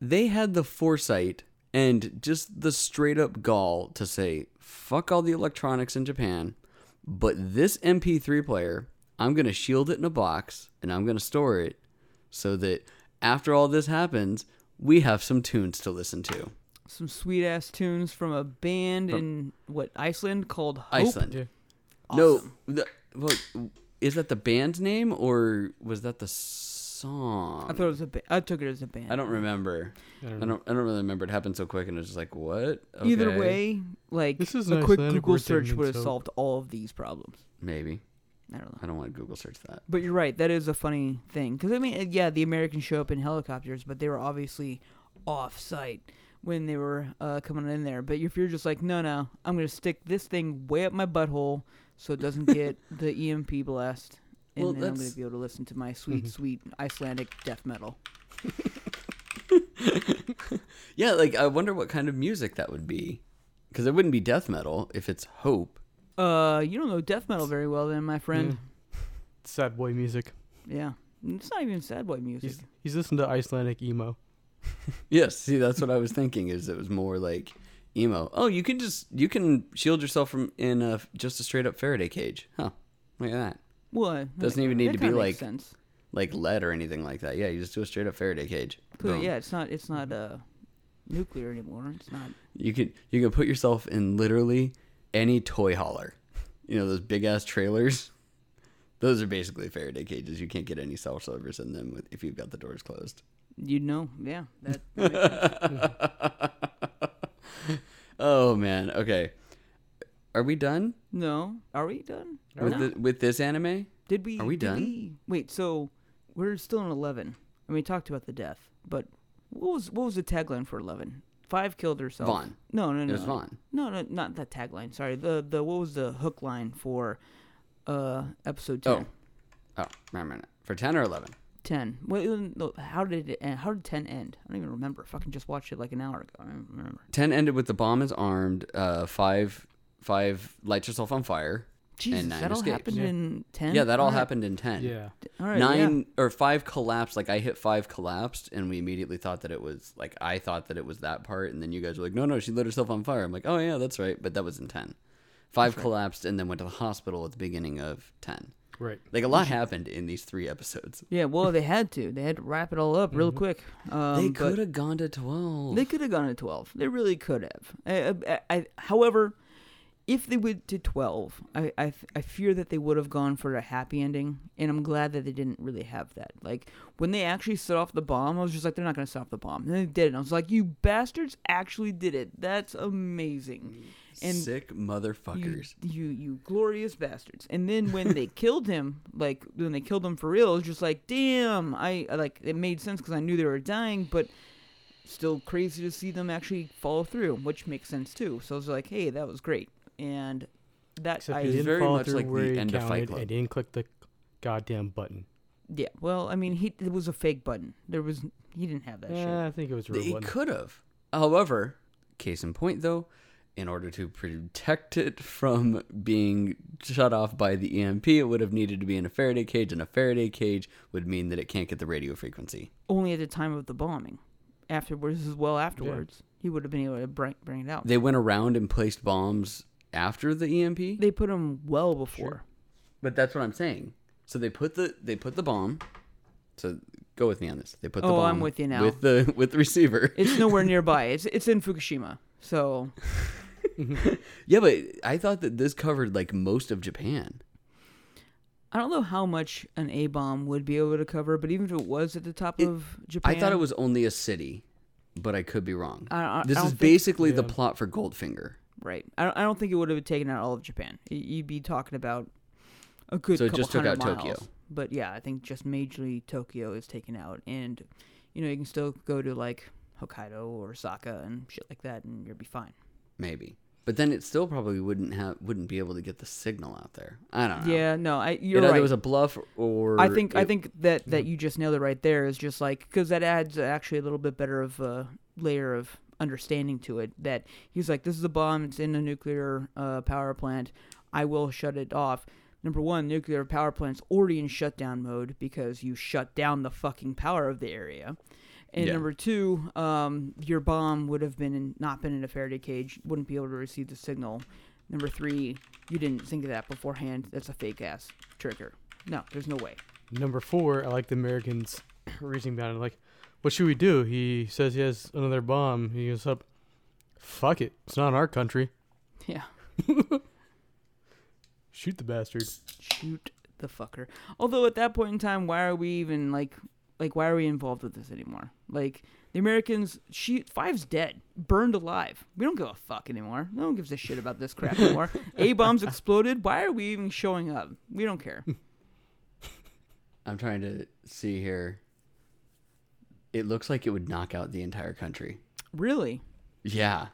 S1: they had the foresight and just the straight up gall to say fuck all the electronics in Japan, but this MP3 player, I'm gonna shield it in a box and I'm gonna store it so that after all this happens, we have some tunes to listen
S2: Oh,
S1: to.
S2: Some sweet ass tunes from a band in what Iceland called Hope.
S1: Iceland.
S3: Yeah.
S1: No, the, well, is that the band's name or was that the song?
S2: I thought it was a ba- I took it as a band.
S1: I don't remember. I don't. I don't really remember. It happened so quick, and it was just like, what?
S2: Either
S1: Okay.
S2: way, like
S3: This is
S2: a
S3: nice
S2: quick
S3: that it
S2: Google
S3: worked in
S2: search would have
S3: itself.
S2: solved all of these problems.
S1: maybe
S2: I don't know.
S1: I don't want to Google search that.
S2: But you're right. That is a funny thing because I mean, uh, yeah, the Americans show up in helicopters, but they were obviously off-site when they were uh, coming in there. But if you're just like, no, no, I'm gonna stick this thing way up my butthole so it doesn't get the EMP blast, and
S1: Well,
S2: then I'm gonna
S1: that's-
S2: be able to listen to my
S1: Mm-hmm.
S2: sweet, sweet Icelandic death metal.
S1: Yeah, like I wonder what kind of music that would be, because it wouldn't be death metal if it's Hope.
S2: Uh, you don't know death metal very well, then, my friend.
S3: Sad boy music.
S2: Yeah, it's not even sad boy music.
S3: He's he's listened to Icelandic emo.
S1: Yes, see, that's what I was thinking. Is it was more like emo. Oh, you can just you can shield yourself from in a just a straight up Faraday cage. Huh? Look at that.
S2: What?
S1: Doesn't even need to be, like,
S2: Sense.
S1: Like lead or anything like that. Yeah, you just do a straight up Faraday cage.
S2: Clear-
S1: Boom.
S2: yeah, it's not. It's not
S1: Mm-hmm.
S2: uh, nuclear anymore. It's not.
S1: You can you can put yourself in literally any toy hauler. You know those big ass trailers. Those are basically Faraday cages. You can't get any cell service in them with, if you've got the doors closed.
S2: You know. Yeah. That,
S1: oh man. Okay. Are we done
S2: no. Are we done? We're
S1: with
S2: not.
S1: the, with this anime?
S2: did we?
S1: are we
S2: did
S1: done?
S2: we- wait. So we're still in eleven, and we talked about the death. But what was what was the tagline for eleven? Five killed herself.
S1: Vaughn.
S2: No, no, no.
S1: It was Vaughn.
S2: No, no, not that tagline. Sorry. The the what was the hook line for uh episode ten?
S1: Oh. Oh, wait a minute. For ten or eleven?
S2: Ten. Well, no, how did it end? How did ten end? I don't even remember. Fucking just watched it like an hour ago. I don't remember.
S1: Ten ended with the bomb is armed. Uh, five five lights yourself on fire.
S2: Jesus,
S1: nine
S2: that all
S1: escapes.
S2: happened
S3: Yeah.
S2: in ten.
S1: Yeah, that all
S2: Alright.
S1: happened in ten.
S3: Yeah.
S2: All right, yeah.
S1: nine or five collapsed. Like I hit five collapsed, and we immediately thought that it was like I thought that it was that part, and then you guys were like, "No, no, she lit herself on fire." I'm like, "Oh yeah, that's right," but that was in ten. Five collapsed and then went to the hospital at the beginning of ten.
S3: Right.
S1: Like a lot happened in these three episodes.
S2: Yeah, well, they had to. They had to wrap it all up real quick. Um,
S1: they
S2: but
S1: could have gone to twelve.
S2: They could have gone to twelve. They really could have. I, I, I, however, if they would to 12 I, I f- I fear that they would have gone for a happy ending and i'm glad that they didn't really have that like when they actually set off the bomb i was just like they're not going to set off the bomb and they did it and i was like you bastards actually did it that's amazing And-
S1: Sick motherfuckers.
S2: you, you you glorious bastards. And then when they killed him, like when they killed him for real, it was just like, damn, I I, like it made sense because I knew they were dying, but still crazy to see them actually follow through, which makes sense too. So I was like, hey, that was great, and that
S3: Except
S2: I
S3: he didn't
S1: very
S3: follow
S1: much
S3: through
S1: like the
S3: where he
S1: end of Fight
S3: counted,
S1: Club.
S3: and he didn't click the goddamn button.
S2: yeah, well, I mean, he it was a fake button. There was he didn't have that
S3: Eh, I think it was a real
S1: They
S3: button.
S1: could have. However, case in point though, in order to protect it from being shut off by the EMP, it would have needed to be in a Faraday cage, and a Faraday cage would mean that it can't get the radio frequency.
S2: shit. Only at the time of the bombing. Afterwards, as well afterwards, he would have been able to bring, bring it out.
S1: They went around and placed bombs after the EMP.
S2: They put him well before.
S1: But that's what I'm saying. So they put the they put the bomb. So go with me on this. They put the
S2: Oh,
S1: bomb.
S2: I'm with you now.
S1: With the with the receiver.
S2: It's nowhere nearby. It's it's in Fukushima. So
S1: Yeah, but I thought that this covered like most of Japan.
S2: I don't know how much an A bomb would be able to cover, but even if it was at the top
S1: It-
S2: of Japan,
S1: I thought it was only a city, but I could be wrong.
S2: I- I-
S1: this
S2: I
S1: is
S2: don't think-
S1: basically the
S3: Yeah.
S1: plot for Goldfinger.
S2: right. I don't, I don't think it would have taken out all of Japan. Y- You'd be talking about a good.
S1: So it
S2: couple
S1: just took
S2: hundred
S1: out Tokyo.
S2: miles. But yeah, I think just majorly Tokyo is taken out, and you know you can still go to like Hokkaido or Osaka and shit like that, and you'll be fine.
S1: maybe. But then it still probably wouldn't have wouldn't be able to get the signal out there. I don't know.
S2: Yeah, no, I
S1: It
S2: you're
S1: either
S2: right.
S1: was a bluff or
S2: I think I
S1: it- Mhm.
S2: think that that you just nailed it right there is just like because that adds actually a little bit better of a layer of understanding to it that he's like this is a bomb it's in a nuclear uh, power plant I will shut it off. Number one, nuclear power plant's already in shutdown mode because you shut down the fucking power of the area. And
S1: Yeah.
S2: number two, um, your bomb would have been in, not been in a Faraday cage, wouldn't be able to receive the signal. Number three, you didn't think of that beforehand. That's a fake ass trigger. No, there's no way.
S3: Number four, I like the Americans reasoning about it. Like, what should we do? He says he has another bomb. He goes up, fuck it. It's not our country.
S2: Yeah.
S3: Shoot the bastard.
S2: Shoot the fucker. Although at that point in time, why are we even like like why are we involved with this anymore? Like the Americans she five's dead, burned alive. We don't give a fuck anymore. No one gives a shit about this crap anymore. a bombs exploded. Why are we even showing up? We don't care.
S1: I'm trying to see here. It looks like it would knock out the entire country.
S2: Really?
S1: Yeah.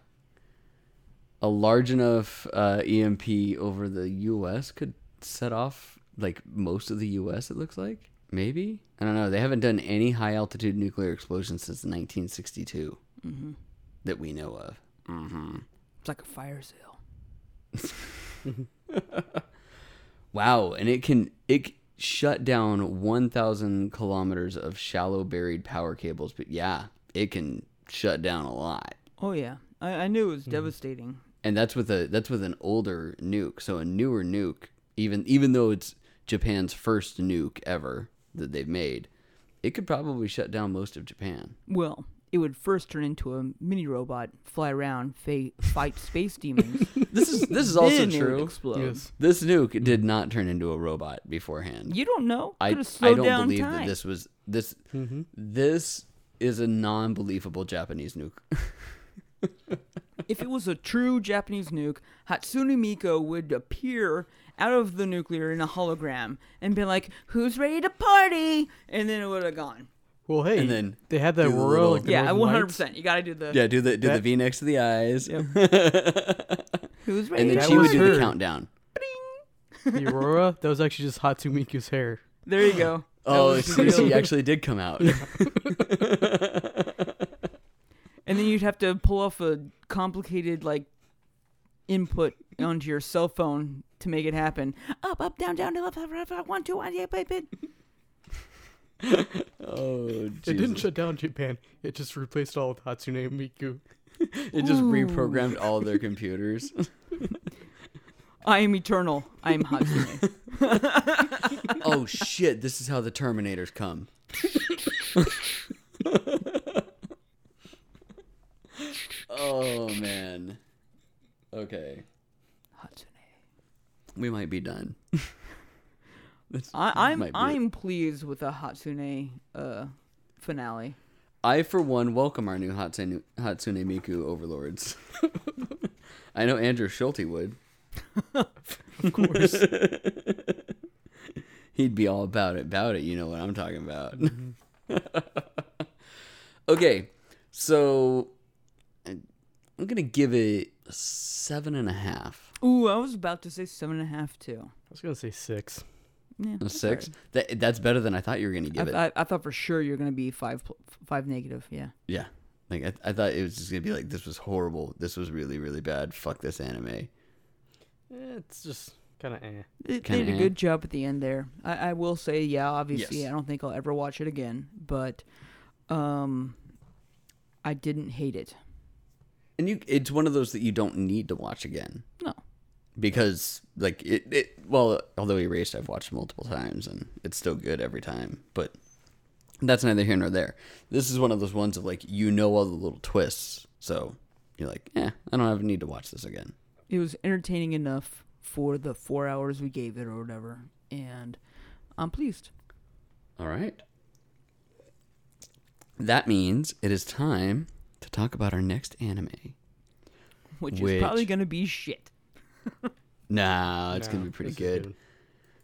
S1: A large enough uh, EMP over the US could set off like most of the US, it looks like. Maybe? I don't know. They haven't done any high altitude nuclear explosions since 1962 that we know of.
S2: It's like a fire sale.
S1: Wow. And it can, it c- shut down 1,000 kilometers of shallow buried power cables. But yeah, it can shut down a lot.
S2: Oh yeah. I, I knew it
S1: Hmm.
S2: was devastating.
S1: and that's with a that's with an older nuke. So a newer nuke, even even though it's Japan's first nuke ever that they've made, it could probably shut down most of Japan.
S2: Well, it would first turn into a mini robot, fly around, fa- fight space demons.
S1: This is this is also
S2: Then it would
S1: true.
S2: Explode.
S3: Yes.
S1: This nuke did not turn into a robot beforehand.
S2: You don't know.
S1: I,
S2: Could have
S1: I
S2: slowed
S1: don't
S2: down
S1: believe
S2: time. Mm-hmm.
S1: that this was this this is a non-believable Japanese nuke.
S2: if it was a true Japanese nuke, Hatsune Miku would appear out of the nuclear in a hologram and be like, "Who's ready to party?" And then it would have gone.
S3: Well, hey,
S1: And then
S3: they had that
S1: do the
S3: rural.
S1: little, like, The
S2: yeah,
S3: Northern
S2: one hundred
S3: Lights.
S2: percent. You gotta do the
S1: yeah, do the do the
S3: That-
S1: V next to the eyes,
S2: "Who's ready?"
S1: and then
S2: to
S1: she would
S3: was
S1: do the
S3: her.
S1: countdown.
S3: The Aurora, that was actually just Hatsumiku's hair.
S2: There you go. That
S1: Oh,
S2: was the
S1: see,
S2: real-
S1: she actually did come out.
S2: and then you'd have to pull off a complicated like input onto your cell phone to make it happen. Up, up, down, down, left, left, left, left, one, two, one, yeah, babe, babe.
S1: Oh,
S3: It didn't
S1: Jesus.
S3: shut down Japan. It just replaced all of Hatsune Miku.
S1: It just
S2: Ooh.
S1: reprogrammed all their computers.
S2: I am eternal. I am Hatsune.
S1: oh shit, this is how the Terminators come. oh man. Okay. we might be done. This
S2: I, I'm
S1: might be it.
S2: I'm pleased with the Hatsune uh, finale.
S1: I, for one, welcome our new Hatsune, Hatsune Miku overlords. I know Andrew Schulte would.
S3: Of course.
S1: He'd be all about it, about it. You know what I'm talking about. okay, so I- I'm gonna give it a seven and a half,
S2: Ooh, I was about to say seven and a half too.
S3: I was gonna say six.
S2: Yeah,
S1: a
S2: that's
S1: six.
S2: all
S1: That that's better than I thought you were gonna give it.
S2: right. I, I, I thought for sure you're gonna be five pl- five negative. Yeah.
S1: yeah, like I, I thought it was just gonna be like this was horrible. This was really really bad. Fuck this anime.
S3: Eh, It's just kind of eh.
S2: They, they
S1: Kinda
S2: did a
S1: eh.
S2: good job at the end there. I, I will say, yeah, obviously,
S1: Yes.
S2: I don't think I'll ever watch it again, but um, I didn't hate it.
S1: And you, it's one of those that you don't need to watch again
S2: No,
S1: because like it. it well, although Erased, I've watched multiple times and it's still good every time, but. That's neither here nor there. This is one of those ones of like you know all the little twists, so you're like, eh, I don't have a need to watch this again.
S2: it was entertaining enough for the four hours we gave it or whatever, and I'm pleased.
S1: All right. That means it is time to talk about our next anime.
S2: Which,
S1: Which-
S2: is probably gonna be shit.
S1: Nah, it's gonna
S3: No,
S1: be pretty
S3: this is
S1: good.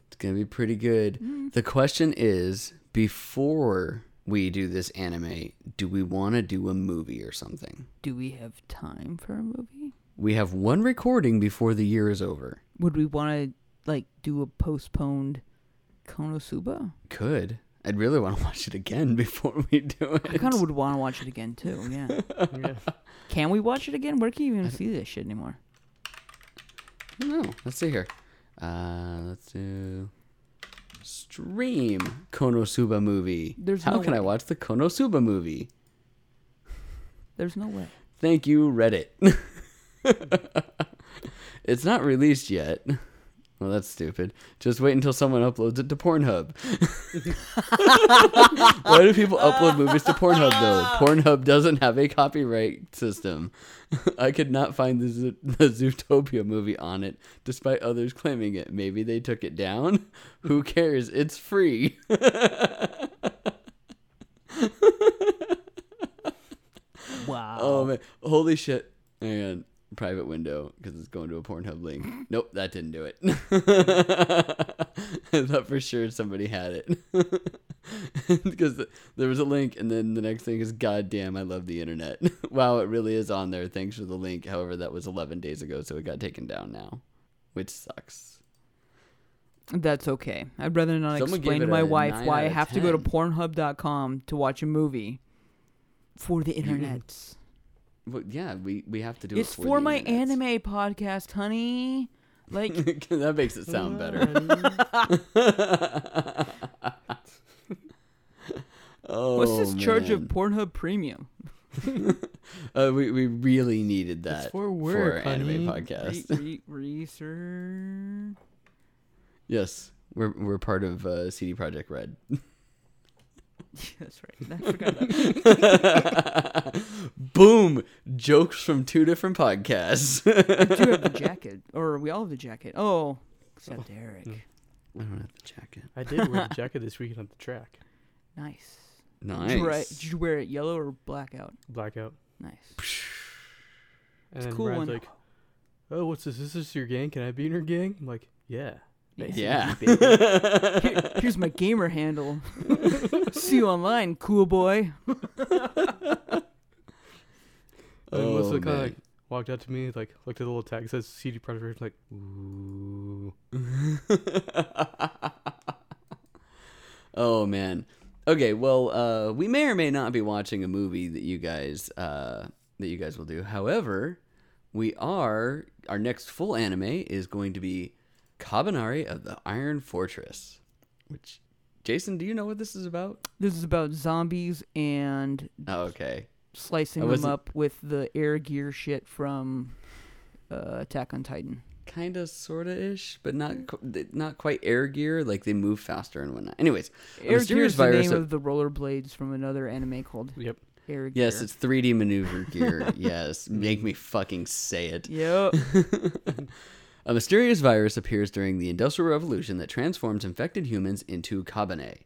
S1: It's gonna be pretty good.
S2: Mm.
S1: The question is, before we do this anime, do we want to do a movie or something?
S2: Do we have time for a movie?
S1: We have one recording before the year is over.
S2: Would we want to like do a postponed Konosuba?
S1: Could I'd really want to watch it again before we do
S2: I
S1: it.
S2: kind of would want to watch it again too. Yeah.
S3: Yeah.
S2: Can we watch it again? Where can you even see this shit anymore?
S1: No, let's see here. Uh, let's do stream Konosuba movie.
S2: There's
S1: How
S2: no
S1: can I
S2: way.
S1: watch the Konosuba movie?
S2: There's no way.
S1: Thank you, Reddit. it's not released yet. Well, that's stupid. Just wait until someone uploads it to Pornhub. Why do people upload movies to Pornhub though? Pornhub doesn't have a copyright system. I could not find the, Zo- the Zootopia movie on it, despite others claiming it. Maybe they took it down. Who cares? It's free.
S2: Wow.
S1: Oh man, holy shit! Hang on, private window because it's going to a Pornhub link. Nope, that didn't do it. I thought for sure somebody had it because there was a link, and then the next thing is, "God damn, I love the internet." wow, it really is on there. Thanks for the link. However, that was 11 days ago, so it got taken down now, which sucks.
S2: That's okay. I'd rather not
S1: Someone
S2: explain
S1: gave
S2: to
S1: it
S2: my
S1: a
S2: wife
S1: nine
S2: why I
S1: outta
S2: have to go to
S1: 10.
S2: Pornhub.com to watch a movie for the internet.
S1: Well, yeah, we we have to do
S2: It's
S1: it
S2: for
S1: the
S2: my
S1: internet.
S2: anime podcast, honey. Like,
S1: that makes it sound better. oh,
S2: what's this charge of
S1: man.
S2: Pornhub Premium?
S1: Uh, we we really needed that
S3: for work,
S1: our anime
S3: honey.
S1: podcast.
S2: Re- re- research.
S1: yes, we're we're part of uh, CD Project Red.
S2: That's right. I forgot about
S1: Boom! Jokes from two different podcasts.
S2: that. You have the jacket, or we all have the jacket. Oh, except Eric.
S1: Mm. I don't have the jacket.
S3: I did wear the jacket this weekend on the track.
S2: Nice. Did
S1: Nice.
S2: you, wear it- did you wear it yellow or blackout?
S3: Blackout.
S2: Nice.
S3: And
S2: a
S3: then
S2: cool
S3: Brad's
S2: one.
S3: like, "Oh, what's this? Is this your gang? Can I be in your gang?" I'm like, "Yeah."
S1: Yeah.
S2: Here- here's my gamer handle. See you online, cool boy.
S3: And then
S1: Oh,
S3: Melissa kind
S1: man.
S3: of like walked up to me, like looked at the little tag that says CD Projekt Red, like, "Ooh."
S1: oh man. Okay, well, uh, we may or may not be watching a movie that you guys uh, that you guys will do. However, we are our next full anime is going to be Kabanari of the Iron Fortress. Which Jason, do you know what this is about?
S2: This is about zombies and
S1: Oh, okay.
S2: slicing
S1: I
S2: them
S1: wasn't-
S2: up with the air gear shit from uh, Attack on Titan.
S1: Kind of, sorta ish, but not qu- not quite air gear. Like they move faster and whatnot. Anyways, a
S2: Air gear
S1: mysterious
S2: is the
S1: virus
S2: name
S1: that-
S2: of the rollerblades from another anime called
S3: Yep.
S2: Air Gear.
S1: yes, it's 3D maneuver gear. yes, make me fucking say it.
S2: Yep.
S1: A mysterious virus appears during the Industrial Revolution that transforms infected humans into Kabane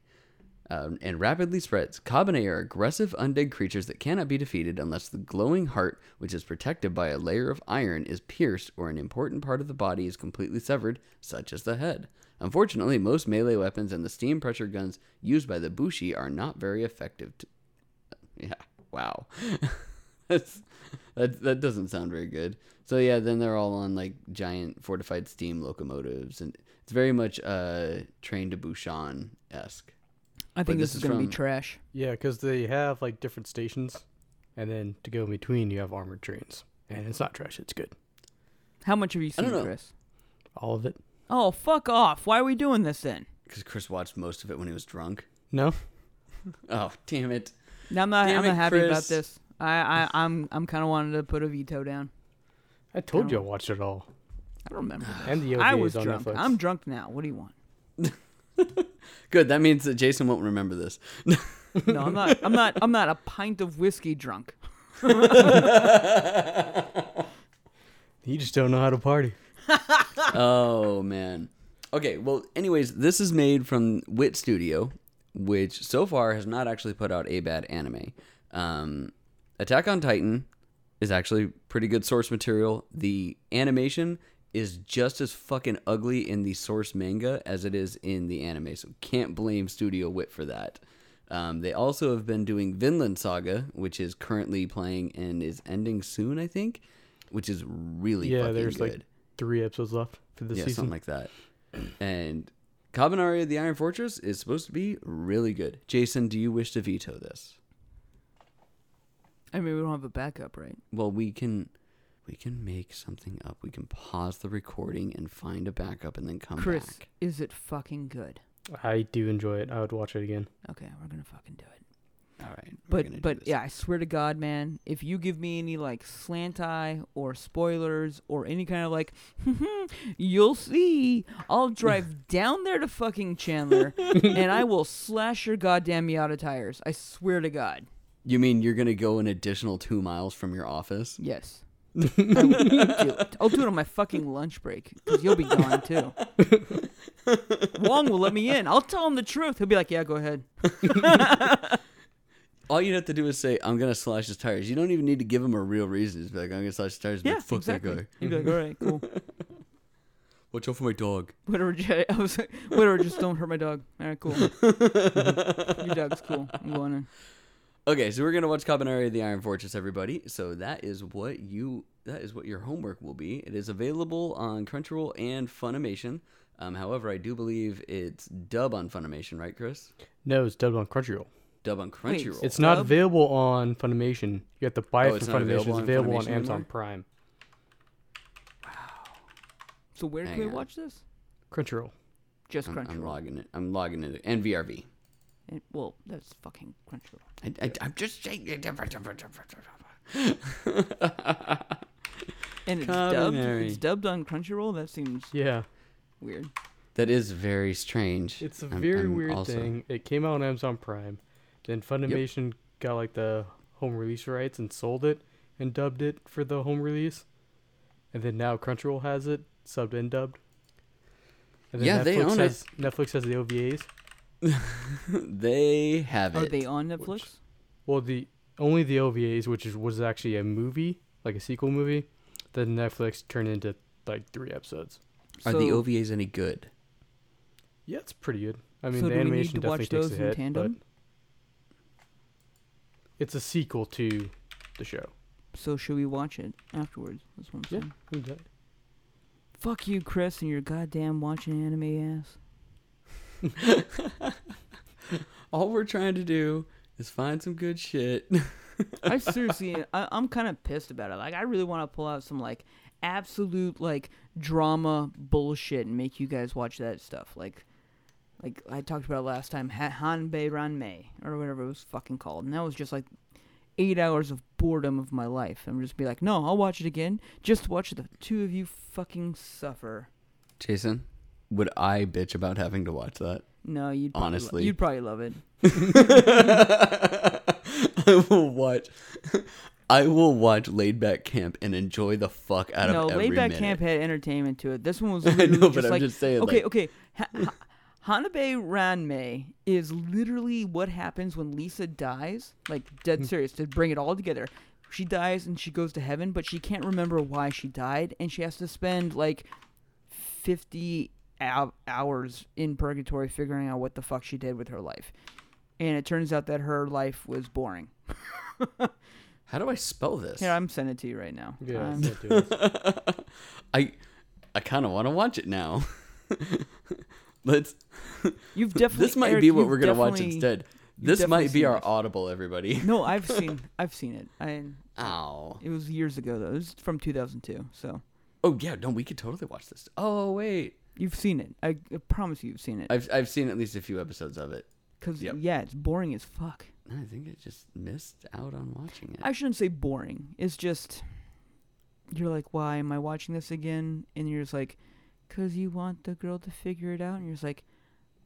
S1: um, and rapidly spreads. Kabane are aggressive undead creatures that cannot be defeated unless the glowing heart, which is protected by a layer of iron, is pierced or an important part of the body is completely severed, such as the head. Unfortunately, most melee weapons and the steam pressure guns used by the Bushi are not very effective. To- yeah, wow. That's, that, that doesn't sound very good. So, yeah, then they're all on like giant fortified steam locomotives, and it's very much uh, Train to Busan esque.
S2: I think
S1: this is
S2: this, is going to
S1: from-
S2: be trash.
S3: Yeah, because they have like different stations, and then to go in between, you have armored trains, and it's not trash. It's good.
S2: How much have you
S1: I
S2: seen,
S1: don't know.
S2: Chris?
S3: All of it.
S2: Oh, fuck off. Why are we doing this then?
S1: Because Chris watched most of it when he was drunk.
S3: No,
S1: Oh, damn it.
S2: No, I'm not.
S1: Damn
S2: I'm
S1: it,
S2: not happy about
S1: Chris.
S2: this. I, I, I'm, I'm kind of wanting to put a veto down.
S3: I told you I watched it all.
S2: I don't remember.
S3: And the OVA
S2: I was
S3: is on
S2: drunk.
S3: Netflix.
S2: I'm drunk now. What do you want?
S1: Good. That means that Jason won't remember this.
S2: No, I'm not. I'm not. I'm not a pint of whiskey drunk.
S3: you just don't know how to party.
S1: oh man. Okay. Well, anyways, this is made from Wit Studio, which so far has not actually put out a bad anime. Um, Attack on Titan is actually pretty good source material. The animation is just as fucking ugly in the source manga as it is in the anime, so can't blame Studio Wit for that. Um, they also have been doing Vinland Saga, which is currently playing and is ending soon, I think, which is really
S3: yeah,
S1: fucking
S3: there's
S1: good
S3: like three episodes left for this
S1: yeah,
S3: season.
S1: something like that. And Kabanari of the Iron Fortress is supposed to be really good. Jason, do you wish to veto this?
S2: I mean, we don't have a backup, right?
S1: Well, we can we can make something up. We can pause the recording and find a backup and then come
S2: Chris,
S1: back.
S2: is it fucking good?
S3: I do enjoy it. I would watch it again.
S2: Okay, we're gonna fucking do it.
S1: All right. we're gonna do
S2: But but
S1: this.
S2: yeah, I swear to God, man, if you give me any like slant eye or spoilers or any kind of like, you'll see, I'll drive down there to fucking Chandler and I will slash your goddamn Miata tires. I swear to God.
S1: You mean you're going to go an additional 2 miles from your office?
S2: Yes. I will do it. I'll do it on my fucking lunch break because you'll be gone too. Wong will let me in. I'll tell him the truth. He'll be like, "Yeah, go ahead."
S1: All you'd have to do is say I'm going to slash his tires. You don't even need to give him a real reason. Just be like I'm going to slash his tires. Be
S2: Yeah,
S1: like, fuck
S2: exactly.
S1: that guy.
S2: He'd be like, "All right, cool.
S1: Watch out for my dog.
S2: Whatever." Jay, I was like, "Whatever, just don't hurt my dog." All right, cool.
S1: Mm-hmm.
S2: Your dog's cool. I'm going in.
S1: Okay, so we're gonna watch Cabanari of the Iron Fortress, everybody. So that is what you that is what your homework will be. It is available on Crunchyroll and Funimation. Um, however, I do believe it's dub on Funimation, right, Chris?
S3: No, it's dubbed on Crunchyroll.
S1: Dub on
S2: Wait,
S1: Crunchyroll.
S3: It's not
S2: Dub?
S3: available on Funimation. You have to buy
S1: Oh,
S3: it
S1: it's
S3: from
S1: not
S3: Funimation.
S1: available
S3: It's
S1: on
S3: available on
S1: Funimation
S3: Amazon
S1: anymore?
S3: Prime.
S2: So where
S1: Hang
S2: can we
S1: on.
S2: watch this?
S3: Crunchyroll.
S2: Just
S1: I'm, I'm
S2: Crunchyroll.
S1: logging it. I'm logging it. And VRV.
S2: And- well, that's fucking Crunchyroll.
S1: I, I, I'm just saying.
S2: And it's dubbed.
S1: Culinary.
S2: It's dubbed on Crunchyroll. That seems
S3: Yeah,
S2: weird.
S1: That is very strange.
S3: it's a
S1: I'm-
S3: very
S1: I'm
S3: weird
S1: also-
S3: thing. It came out on Amazon Prime, then Funimation got like the home release rights and sold it and dubbed it for the home release, and then now Crunchyroll has it subbed and dubbed. And then
S1: Yeah,
S3: Netflix
S1: they own it.
S3: has, Netflix has the OVAs.
S1: they have
S2: Are
S1: it.
S2: they on Netflix?
S3: Well, the only the OVAs, which is was actually a movie, like a sequel movie, that Netflix turned into like three episodes.
S1: Are
S2: So-
S1: the OVAs any good?
S3: Yeah, it's pretty good. I mean,
S2: So do we
S3: the
S2: need
S3: animation
S2: to watch
S3: definitely takes
S2: those
S3: a
S2: in
S3: hit,
S2: tandem?
S3: but it's a sequel to the show.
S2: So should we watch it afterwards? That's what I'm
S3: Yeah.
S2: saying. Fuck you, Chris, and your goddamn watching anime ass.
S1: All we're trying to do is find some good shit.
S2: I seriously, I, I'm kind of pissed about it. Like, I really want to pull out some like absolute like drama bullshit and make you guys watch that stuff. Like, like I talked about last time, Ha- Hanbei Ranmei or whatever it was fucking called, and that was just like eight hours of boredom of my life. I'm just be like, no, I'll watch it again. Just watch the two of you fucking suffer.
S1: Jason, would I bitch about having to watch that?
S2: No, you'd probably lo-
S1: Honestly.
S2: you'd probably love it.
S1: I will watch. I will watch Laid Back Camp and enjoy the fuck out
S2: no,
S1: of every
S2: Laid Back
S1: minute.
S2: Camp had entertainment to it. This one was
S1: I
S2: literally
S1: know,
S2: just
S1: but I'm
S2: like,
S1: just saying.
S2: okay,
S1: like,
S2: okay. Ha- ha- Hanabe Ranmei is literally what happens when Lisa dies. Like,
S1: Hmm.
S2: dead serious, to bring it all together. She dies and she goes to heaven, but she can't remember why she died, and she has to spend like 50 hou- hours in purgatory figuring out what the fuck she did with her life. And it turns out that her life was boring.
S1: How do I spell this?
S2: Here, I'm sending it to you right now. Um,
S3: Yeah,
S2: I'm-
S3: that dude.
S1: I I kind of want to watch it now. Let's.
S2: you've definitely.
S1: this might
S2: Eric,
S1: be what
S2: you've
S1: we're gonna watch
S2: definitely-
S1: instead. This might
S2: definitely
S1: be
S2: seen
S1: our
S2: this.
S1: audible, everybody.
S2: No, I've seen I've seen it. I
S1: Ow.
S2: it was years ago though. It was from 2002. So
S1: Oh yeah, no, we could totally watch this. Oh wait,
S2: you've seen it. I, I promise you, you've seen it.
S1: I've I've seen at least a few episodes of it.
S2: Because
S1: yep.
S2: yeah, it's boring as fuck.
S1: I think I just missed out on watching it.
S2: I shouldn't say boring. It's just you're like, why am I watching this again? And you're just like, because you want the girl to figure it out. And you're just like,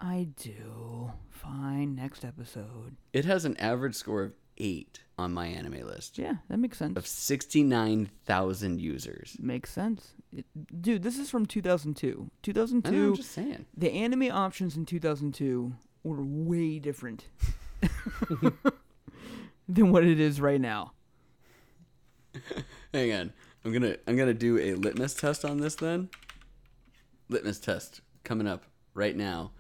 S2: I do. Fine, next episode.
S1: It has an average score of eight on my anime list
S2: Yeah, that makes sense.
S1: of sixty nine thousand users.
S2: Makes sense. It, dude, this is from 2002.
S1: I know,
S2: 2002.
S1: I'm just saying.
S2: the anime options in 2002 were way different than what it is right now.
S1: Hang on. I'm gonna I'm gonna do a litmus test on this then. Litmus test coming up right now.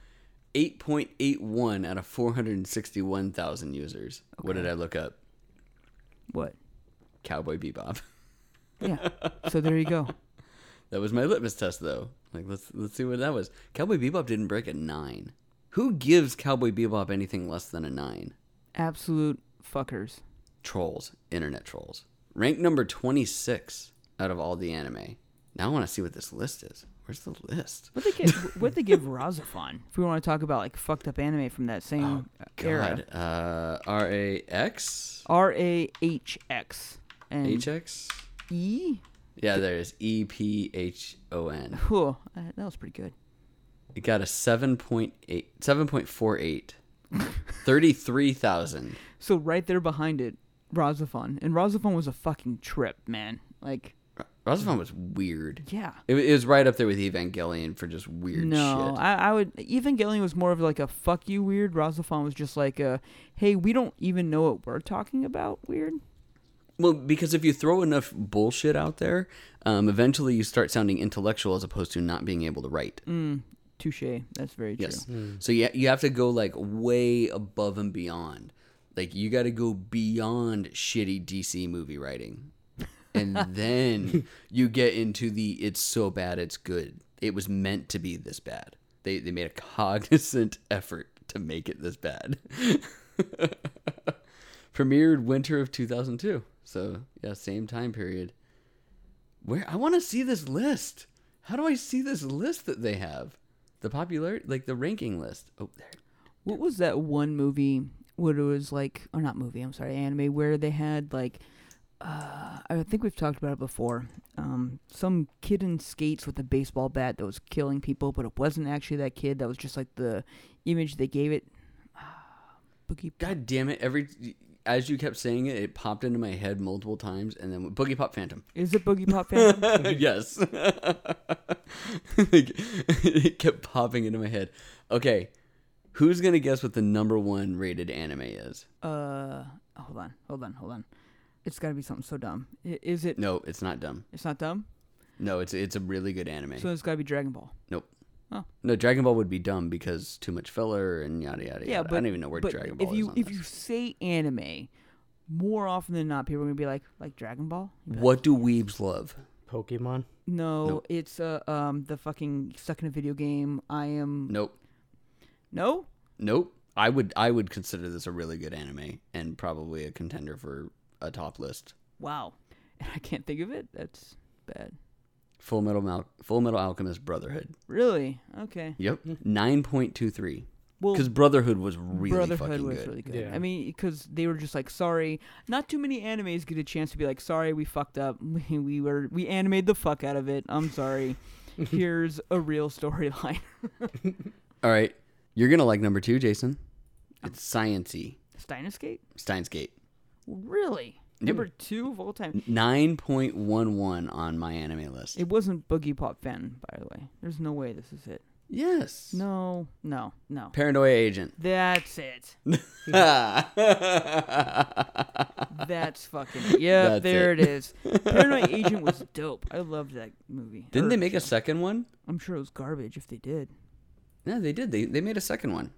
S1: 8.81 out of 461,000 users. What did I look up?
S2: What?
S1: Cowboy Bebop.
S2: Yeah. so there you go.
S1: That was my litmus test though. Like let's let's see what that was. Cowboy Bebop didn't break a 9. Who gives Cowboy Bebop anything less than a 9?
S2: Absolute fuckers.
S1: Trolls, internet trolls. Ranked number 26 out of all the anime. Now I want to see what this list is. Where's the list?
S2: What they give? What they give Razafon? If we want to talk about like fucked up anime from that same era.
S1: Oh, God. Uh, R A X
S2: R A H X and
S1: H X.
S2: E.
S1: Yeah, there it is E P H O N.
S2: Whew, uh, that was pretty good.
S1: It got a 7.8, 7.48, 33,000.
S2: So right there behind it, Razafon, and Razafon was a fucking trip, man. Like,
S1: Razafon was weird.
S2: yeah.
S1: It, wa- it was right up there with Evangelion for just weird
S2: No,
S1: shit.
S2: I, I would. Evangelion was more of like a fuck you weird. Razafon was just like a hey, we don't even know what we're talking about weird.
S1: Well, because if you throw enough bullshit out there, um, eventually you start sounding intellectual as opposed to not being able to write.
S2: Touche. That's very true.
S1: Yes. So you, you have to go like way above and beyond. Like you got to go beyond shitty DC movie writing. And then you get into the it's so bad it's good. It was meant to be this bad. They they made a cognizant effort to make it this bad. Premiered winter of 2002. So, yeah, same time period. Where I want to see this list. How do I see this list that they have? The popular, like the ranking list. Oh, there.
S2: What was that one movie? What it was like, or not movie? I'm sorry, anime where they had like, uh, I think we've talked about it before. Um, some kid in skates with a baseball bat that was killing people, but it wasn't actually that kid. That was just like the image they gave it. Boogie.
S1: God damn it! Every as you kept saying it, it popped into my head multiple times, and then Boogie Pop Phantom.
S2: Is it Boogie Pop Phantom?
S1: yes, Like, it kept popping into my head. Okay, who's gonna guess what the number one rated anime is?
S2: Uh, hold on, hold on, hold on. It's got to be something so dumb. I- Is it?
S1: No, it's not dumb.
S2: It's not dumb.
S1: No, it's it's a really good anime.
S2: So it's got to be Dragon Ball.
S1: nope.
S2: Oh.
S1: No, Dragon Ball would be dumb because too much filler and yada yada.
S2: Yeah,
S1: yada.
S2: but
S1: I don't even know where
S2: but
S1: Dragon Ball
S2: if you
S1: is. On
S2: if
S1: this.
S2: you say anime, more often than not, people are gonna be like like Dragon Ball. You'd be like,
S1: what do weebs love?
S3: Pokemon.
S2: No,
S1: Nope.
S2: it's uh um the fucking stuck in a video game. I am
S1: Nope.
S2: no.
S1: Nope. I would I would consider this a really good anime and probably a contender for a top list.
S2: Wow, and I can't think of it. That's bad.
S1: Full Metal Mal- Full Metal Alchemist Brotherhood.
S2: Really? Okay.
S1: Yep. Nine point two three.
S2: Well,
S1: Because Brotherhood was really
S2: Brotherhood
S1: fucking
S2: was
S1: good.
S2: really good.
S3: Yeah.
S2: I mean, because they were just like, sorry, not too many animes get a chance to be like, sorry, we fucked up. We, we were we animated the fuck out of it. I'm sorry. Here's a real storyline.
S1: All right. You're gonna like number two, Jason. It's sciency.
S2: Steins Gate?
S1: Steins Gate.
S2: Really?
S1: Mm.
S2: Number two of all time.
S1: 9.11 on my anime list.
S2: It wasn't Boogie Pop Fan, by the way. There's no way this is it.
S1: yes.
S2: No, no, no.
S1: Paranoia Agent.
S2: That's it. That's fucking. Yeah,
S1: That's
S2: there
S1: it.
S2: it is. Paranoid Agent was dope. I loved that movie.
S1: Didn't they
S2: Or
S1: make a
S2: show.
S1: second one?
S2: I'm sure it was garbage if they did.
S1: No, they did. They, they made a second one.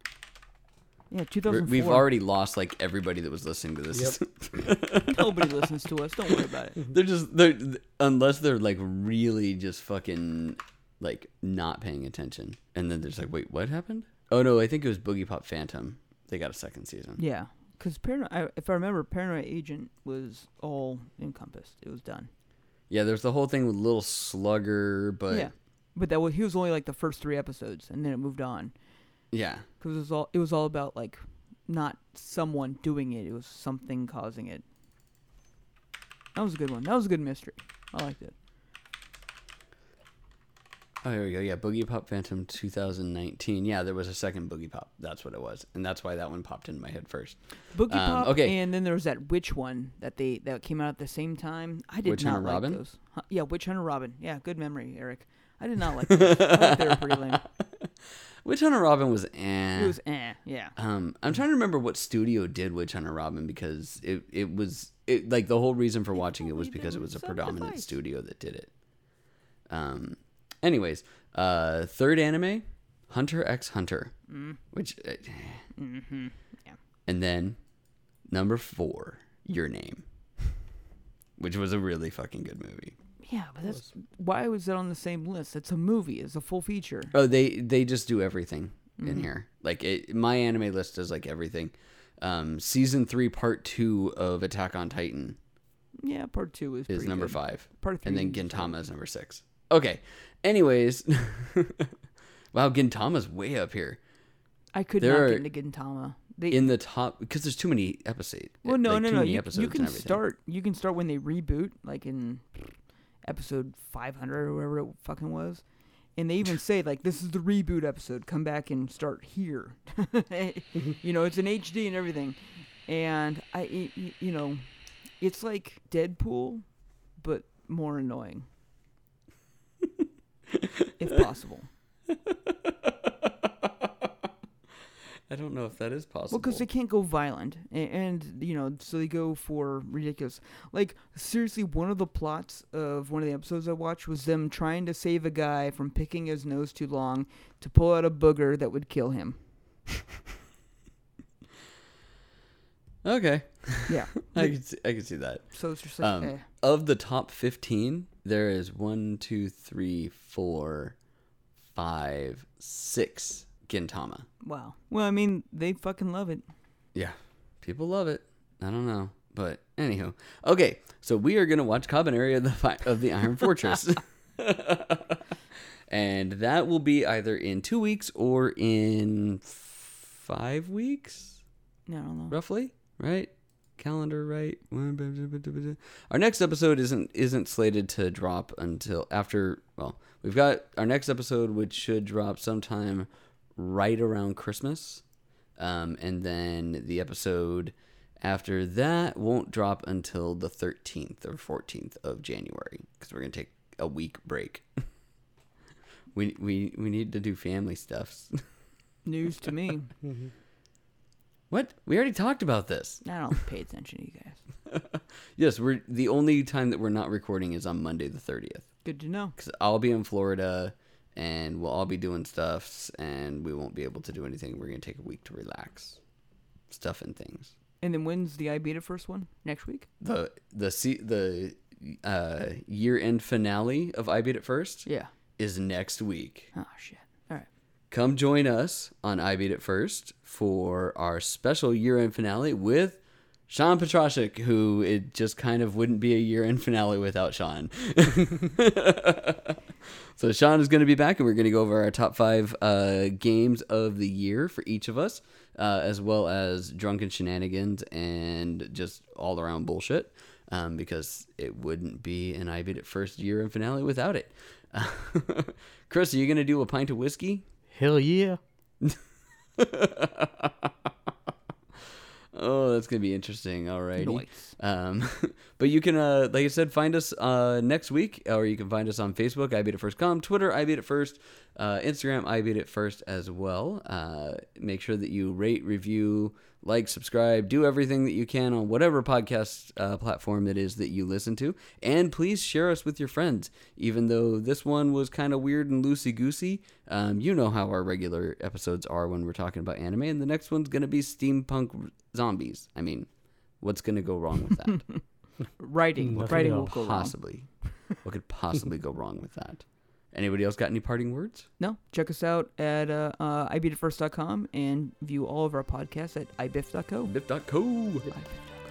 S2: Yeah,
S1: We're-
S2: 2004.
S1: We've already lost like everybody that was listening to this.
S2: Nobody listens to us. Don't worry about it.
S1: they're just they're unless they're like really just fucking like not paying attention, and then they're just like, wait, what happened? Oh no, I think it was Boogie Pop Phantom. They got a second season.
S2: Yeah, because Parano- I, if I remember, Paranoid Agent was all encompassed. It was done.
S1: Yeah, there's the whole thing with Little Slugger, but
S2: Yeah, but that was he was only like the first three episodes, and then it moved on
S1: yeah.
S2: because it was all it was all about like not someone doing it. It was something causing it. That was a good one. That was a good mystery. I liked it.
S1: Oh, here we go. Yeah, Boogie Pop Phantom 2019. Yeah, there was a second Boogie Pop. That's what it was, and that's why that one popped into my head first.
S2: Boogie
S1: Um,
S2: Pop.
S1: okay.
S2: And then there was that witch one that they that came out at the same time. I did
S1: Witch
S2: not
S1: Hunter
S2: like
S1: Robin?
S2: those. Huh, yeah, Witch Hunter Robin. Yeah, good memory, Eric. I did not like those. I thought they were pretty lame.
S1: Witch Hunter Robin was eh.
S2: It was eh. Yeah.
S1: Um, I'm trying to remember what studio did Witch Hunter Robin because it it was it like the whole reason for watching it was
S2: believe it
S1: because it
S2: was
S1: was a
S2: some
S1: predominant
S2: device.
S1: studio that did it. Um, anyways, uh, third anime, Hunter X Hunter, which, uh,
S2: yeah.
S1: and then number four, Your Name, which was a really fucking good movie.
S2: Yeah, but that's why was that on the same list? It's a movie. It's a full feature.
S1: Oh, they they just do everything
S2: Mm-hmm.
S1: in here. Like it, my anime list does like everything. Um, season three, part two of Attack on Titan.
S2: Yeah, part two is,
S1: is
S2: pretty
S1: number
S2: good.
S1: five.
S2: Part three
S1: and then
S2: is uh, number
S1: Gintama is number six. Okay. Anyways, wow, Gintama's way up here
S2: I could
S1: There
S2: not
S1: are-
S2: get into Gintama. They,
S1: in the top because there's too many episodes.
S2: well, no,
S1: like,
S2: no,
S1: too
S2: no.
S1: many
S2: You,
S1: episodes
S2: you
S1: and
S2: can
S1: everything.
S2: start. You can start when they reboot, like in episode 500 or whatever it fucking was. And they even say like, "This is the reboot episode. Come back and start here." you know, it's an HD and everything. And I, y- y- you know, it's like Deadpool, but more annoying, if possible.
S1: I don't know if that is possible.
S2: Well, because they can't go violent, and, and you know, so they go for ridiculous. Like seriously, one of the plots of one of the episodes I watched was them trying to save a guy from picking his nose too long to pull out a booger that would kill him.
S1: okay,
S2: Yeah,
S1: I could see, I could see that.
S2: so it's just like,
S1: Um,
S2: eh.
S1: Of the top fifteen, there is one, two, three, four, five, six Gintama.
S2: wow. Well, I mean, they fucking love it.
S1: Yeah. People love it. I don't know. But anywho. Okay, so we are gonna watch Common Area of the Fi- of the Iron Fortress. and that will be either in two weeks or in five weeks,
S2: No, I don't know.
S1: roughly, right? Calendar right. Our next episode isn't isn't slated to drop until after well, we've got our next episode which should drop sometime right around Christmas. Um, and then the episode after that won't drop until the 13th or 14th of January because we're going to take a week break. we, we, we need to do family stuffs.
S2: News to me.
S1: what? We already talked about this.
S2: I don't pay attention to you guys.
S1: Yes, we're the only time that we're not recording is on Monday the 30th
S2: Good to know.
S1: because I'll be in Florida and we'll all be doing stuffs and we won't be able to do anything. We're going to take a week to relax, stuff and things.
S2: And then when's the IBETA first one? Next week?
S1: the the se- the uh, year end finale of I Beat It First
S2: Yeah.
S1: is next week.
S2: Oh shit. All right.
S1: Come join us on I Beat It First for our special year end finale with Sean Petrashik, who it just kind of wouldn't be a year end finale without Sean. so Sean is going to be back, and we're going to go over our top five uh, games of the year for each of us, uh, as well as drunken shenanigans and just all around bullshit. Um, because it wouldn't be an I beat it first year and finale without it. Chris, are you going to do a pint of whiskey?
S3: Hell yeah.
S1: Oh, that's gonna be interesting. Alrighty.
S2: Nice.
S1: Um, but you can, uh, like I said, find us uh, next week, or you can find us on Facebook, I beat it first com, Twitter, I beat it first, uh, Instagram, I beat it first as well. Uh, make sure that you rate, review, like, subscribe, do everything that you can on whatever podcast uh, platform it is that you listen to, and please share us with your friends. Even though this one was kind of weird and loosey goosey, um, you know how our regular episodes are when we're talking about anime, and the next one's gonna be steampunk zombies. I mean. What's going to go wrong with that?
S2: Writing,
S3: Nothing
S2: writing
S3: at
S2: will
S3: all.
S2: go wrong.
S1: possibly. What could possibly go wrong with that? Anybody else got any parting words?
S2: No, check us out at uh, uh, ibeatitfirst.com and view all of our podcasts at ibiff.co.
S1: Bip.co.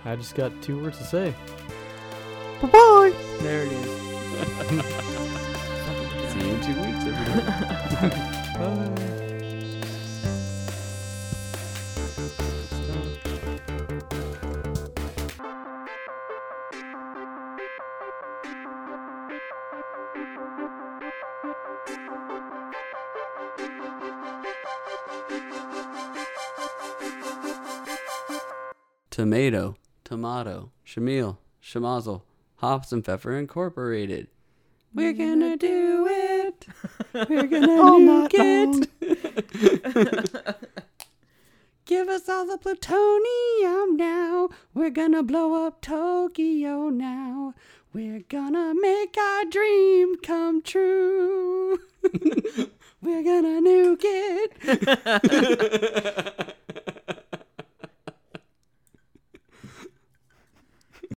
S3: I just got two words to say.
S2: Bye bye. There it is.
S1: See you in two weeks, everybody.
S3: Bye.
S1: Tomato, tomato, Shamil, Shamazel, Hops and Pfeffer Incorporated. We're gonna do it. We're gonna nuke it. Give us all the plutonium now. We're gonna blow up Tokyo now. We're gonna make our dream come true. We're gonna nuke it.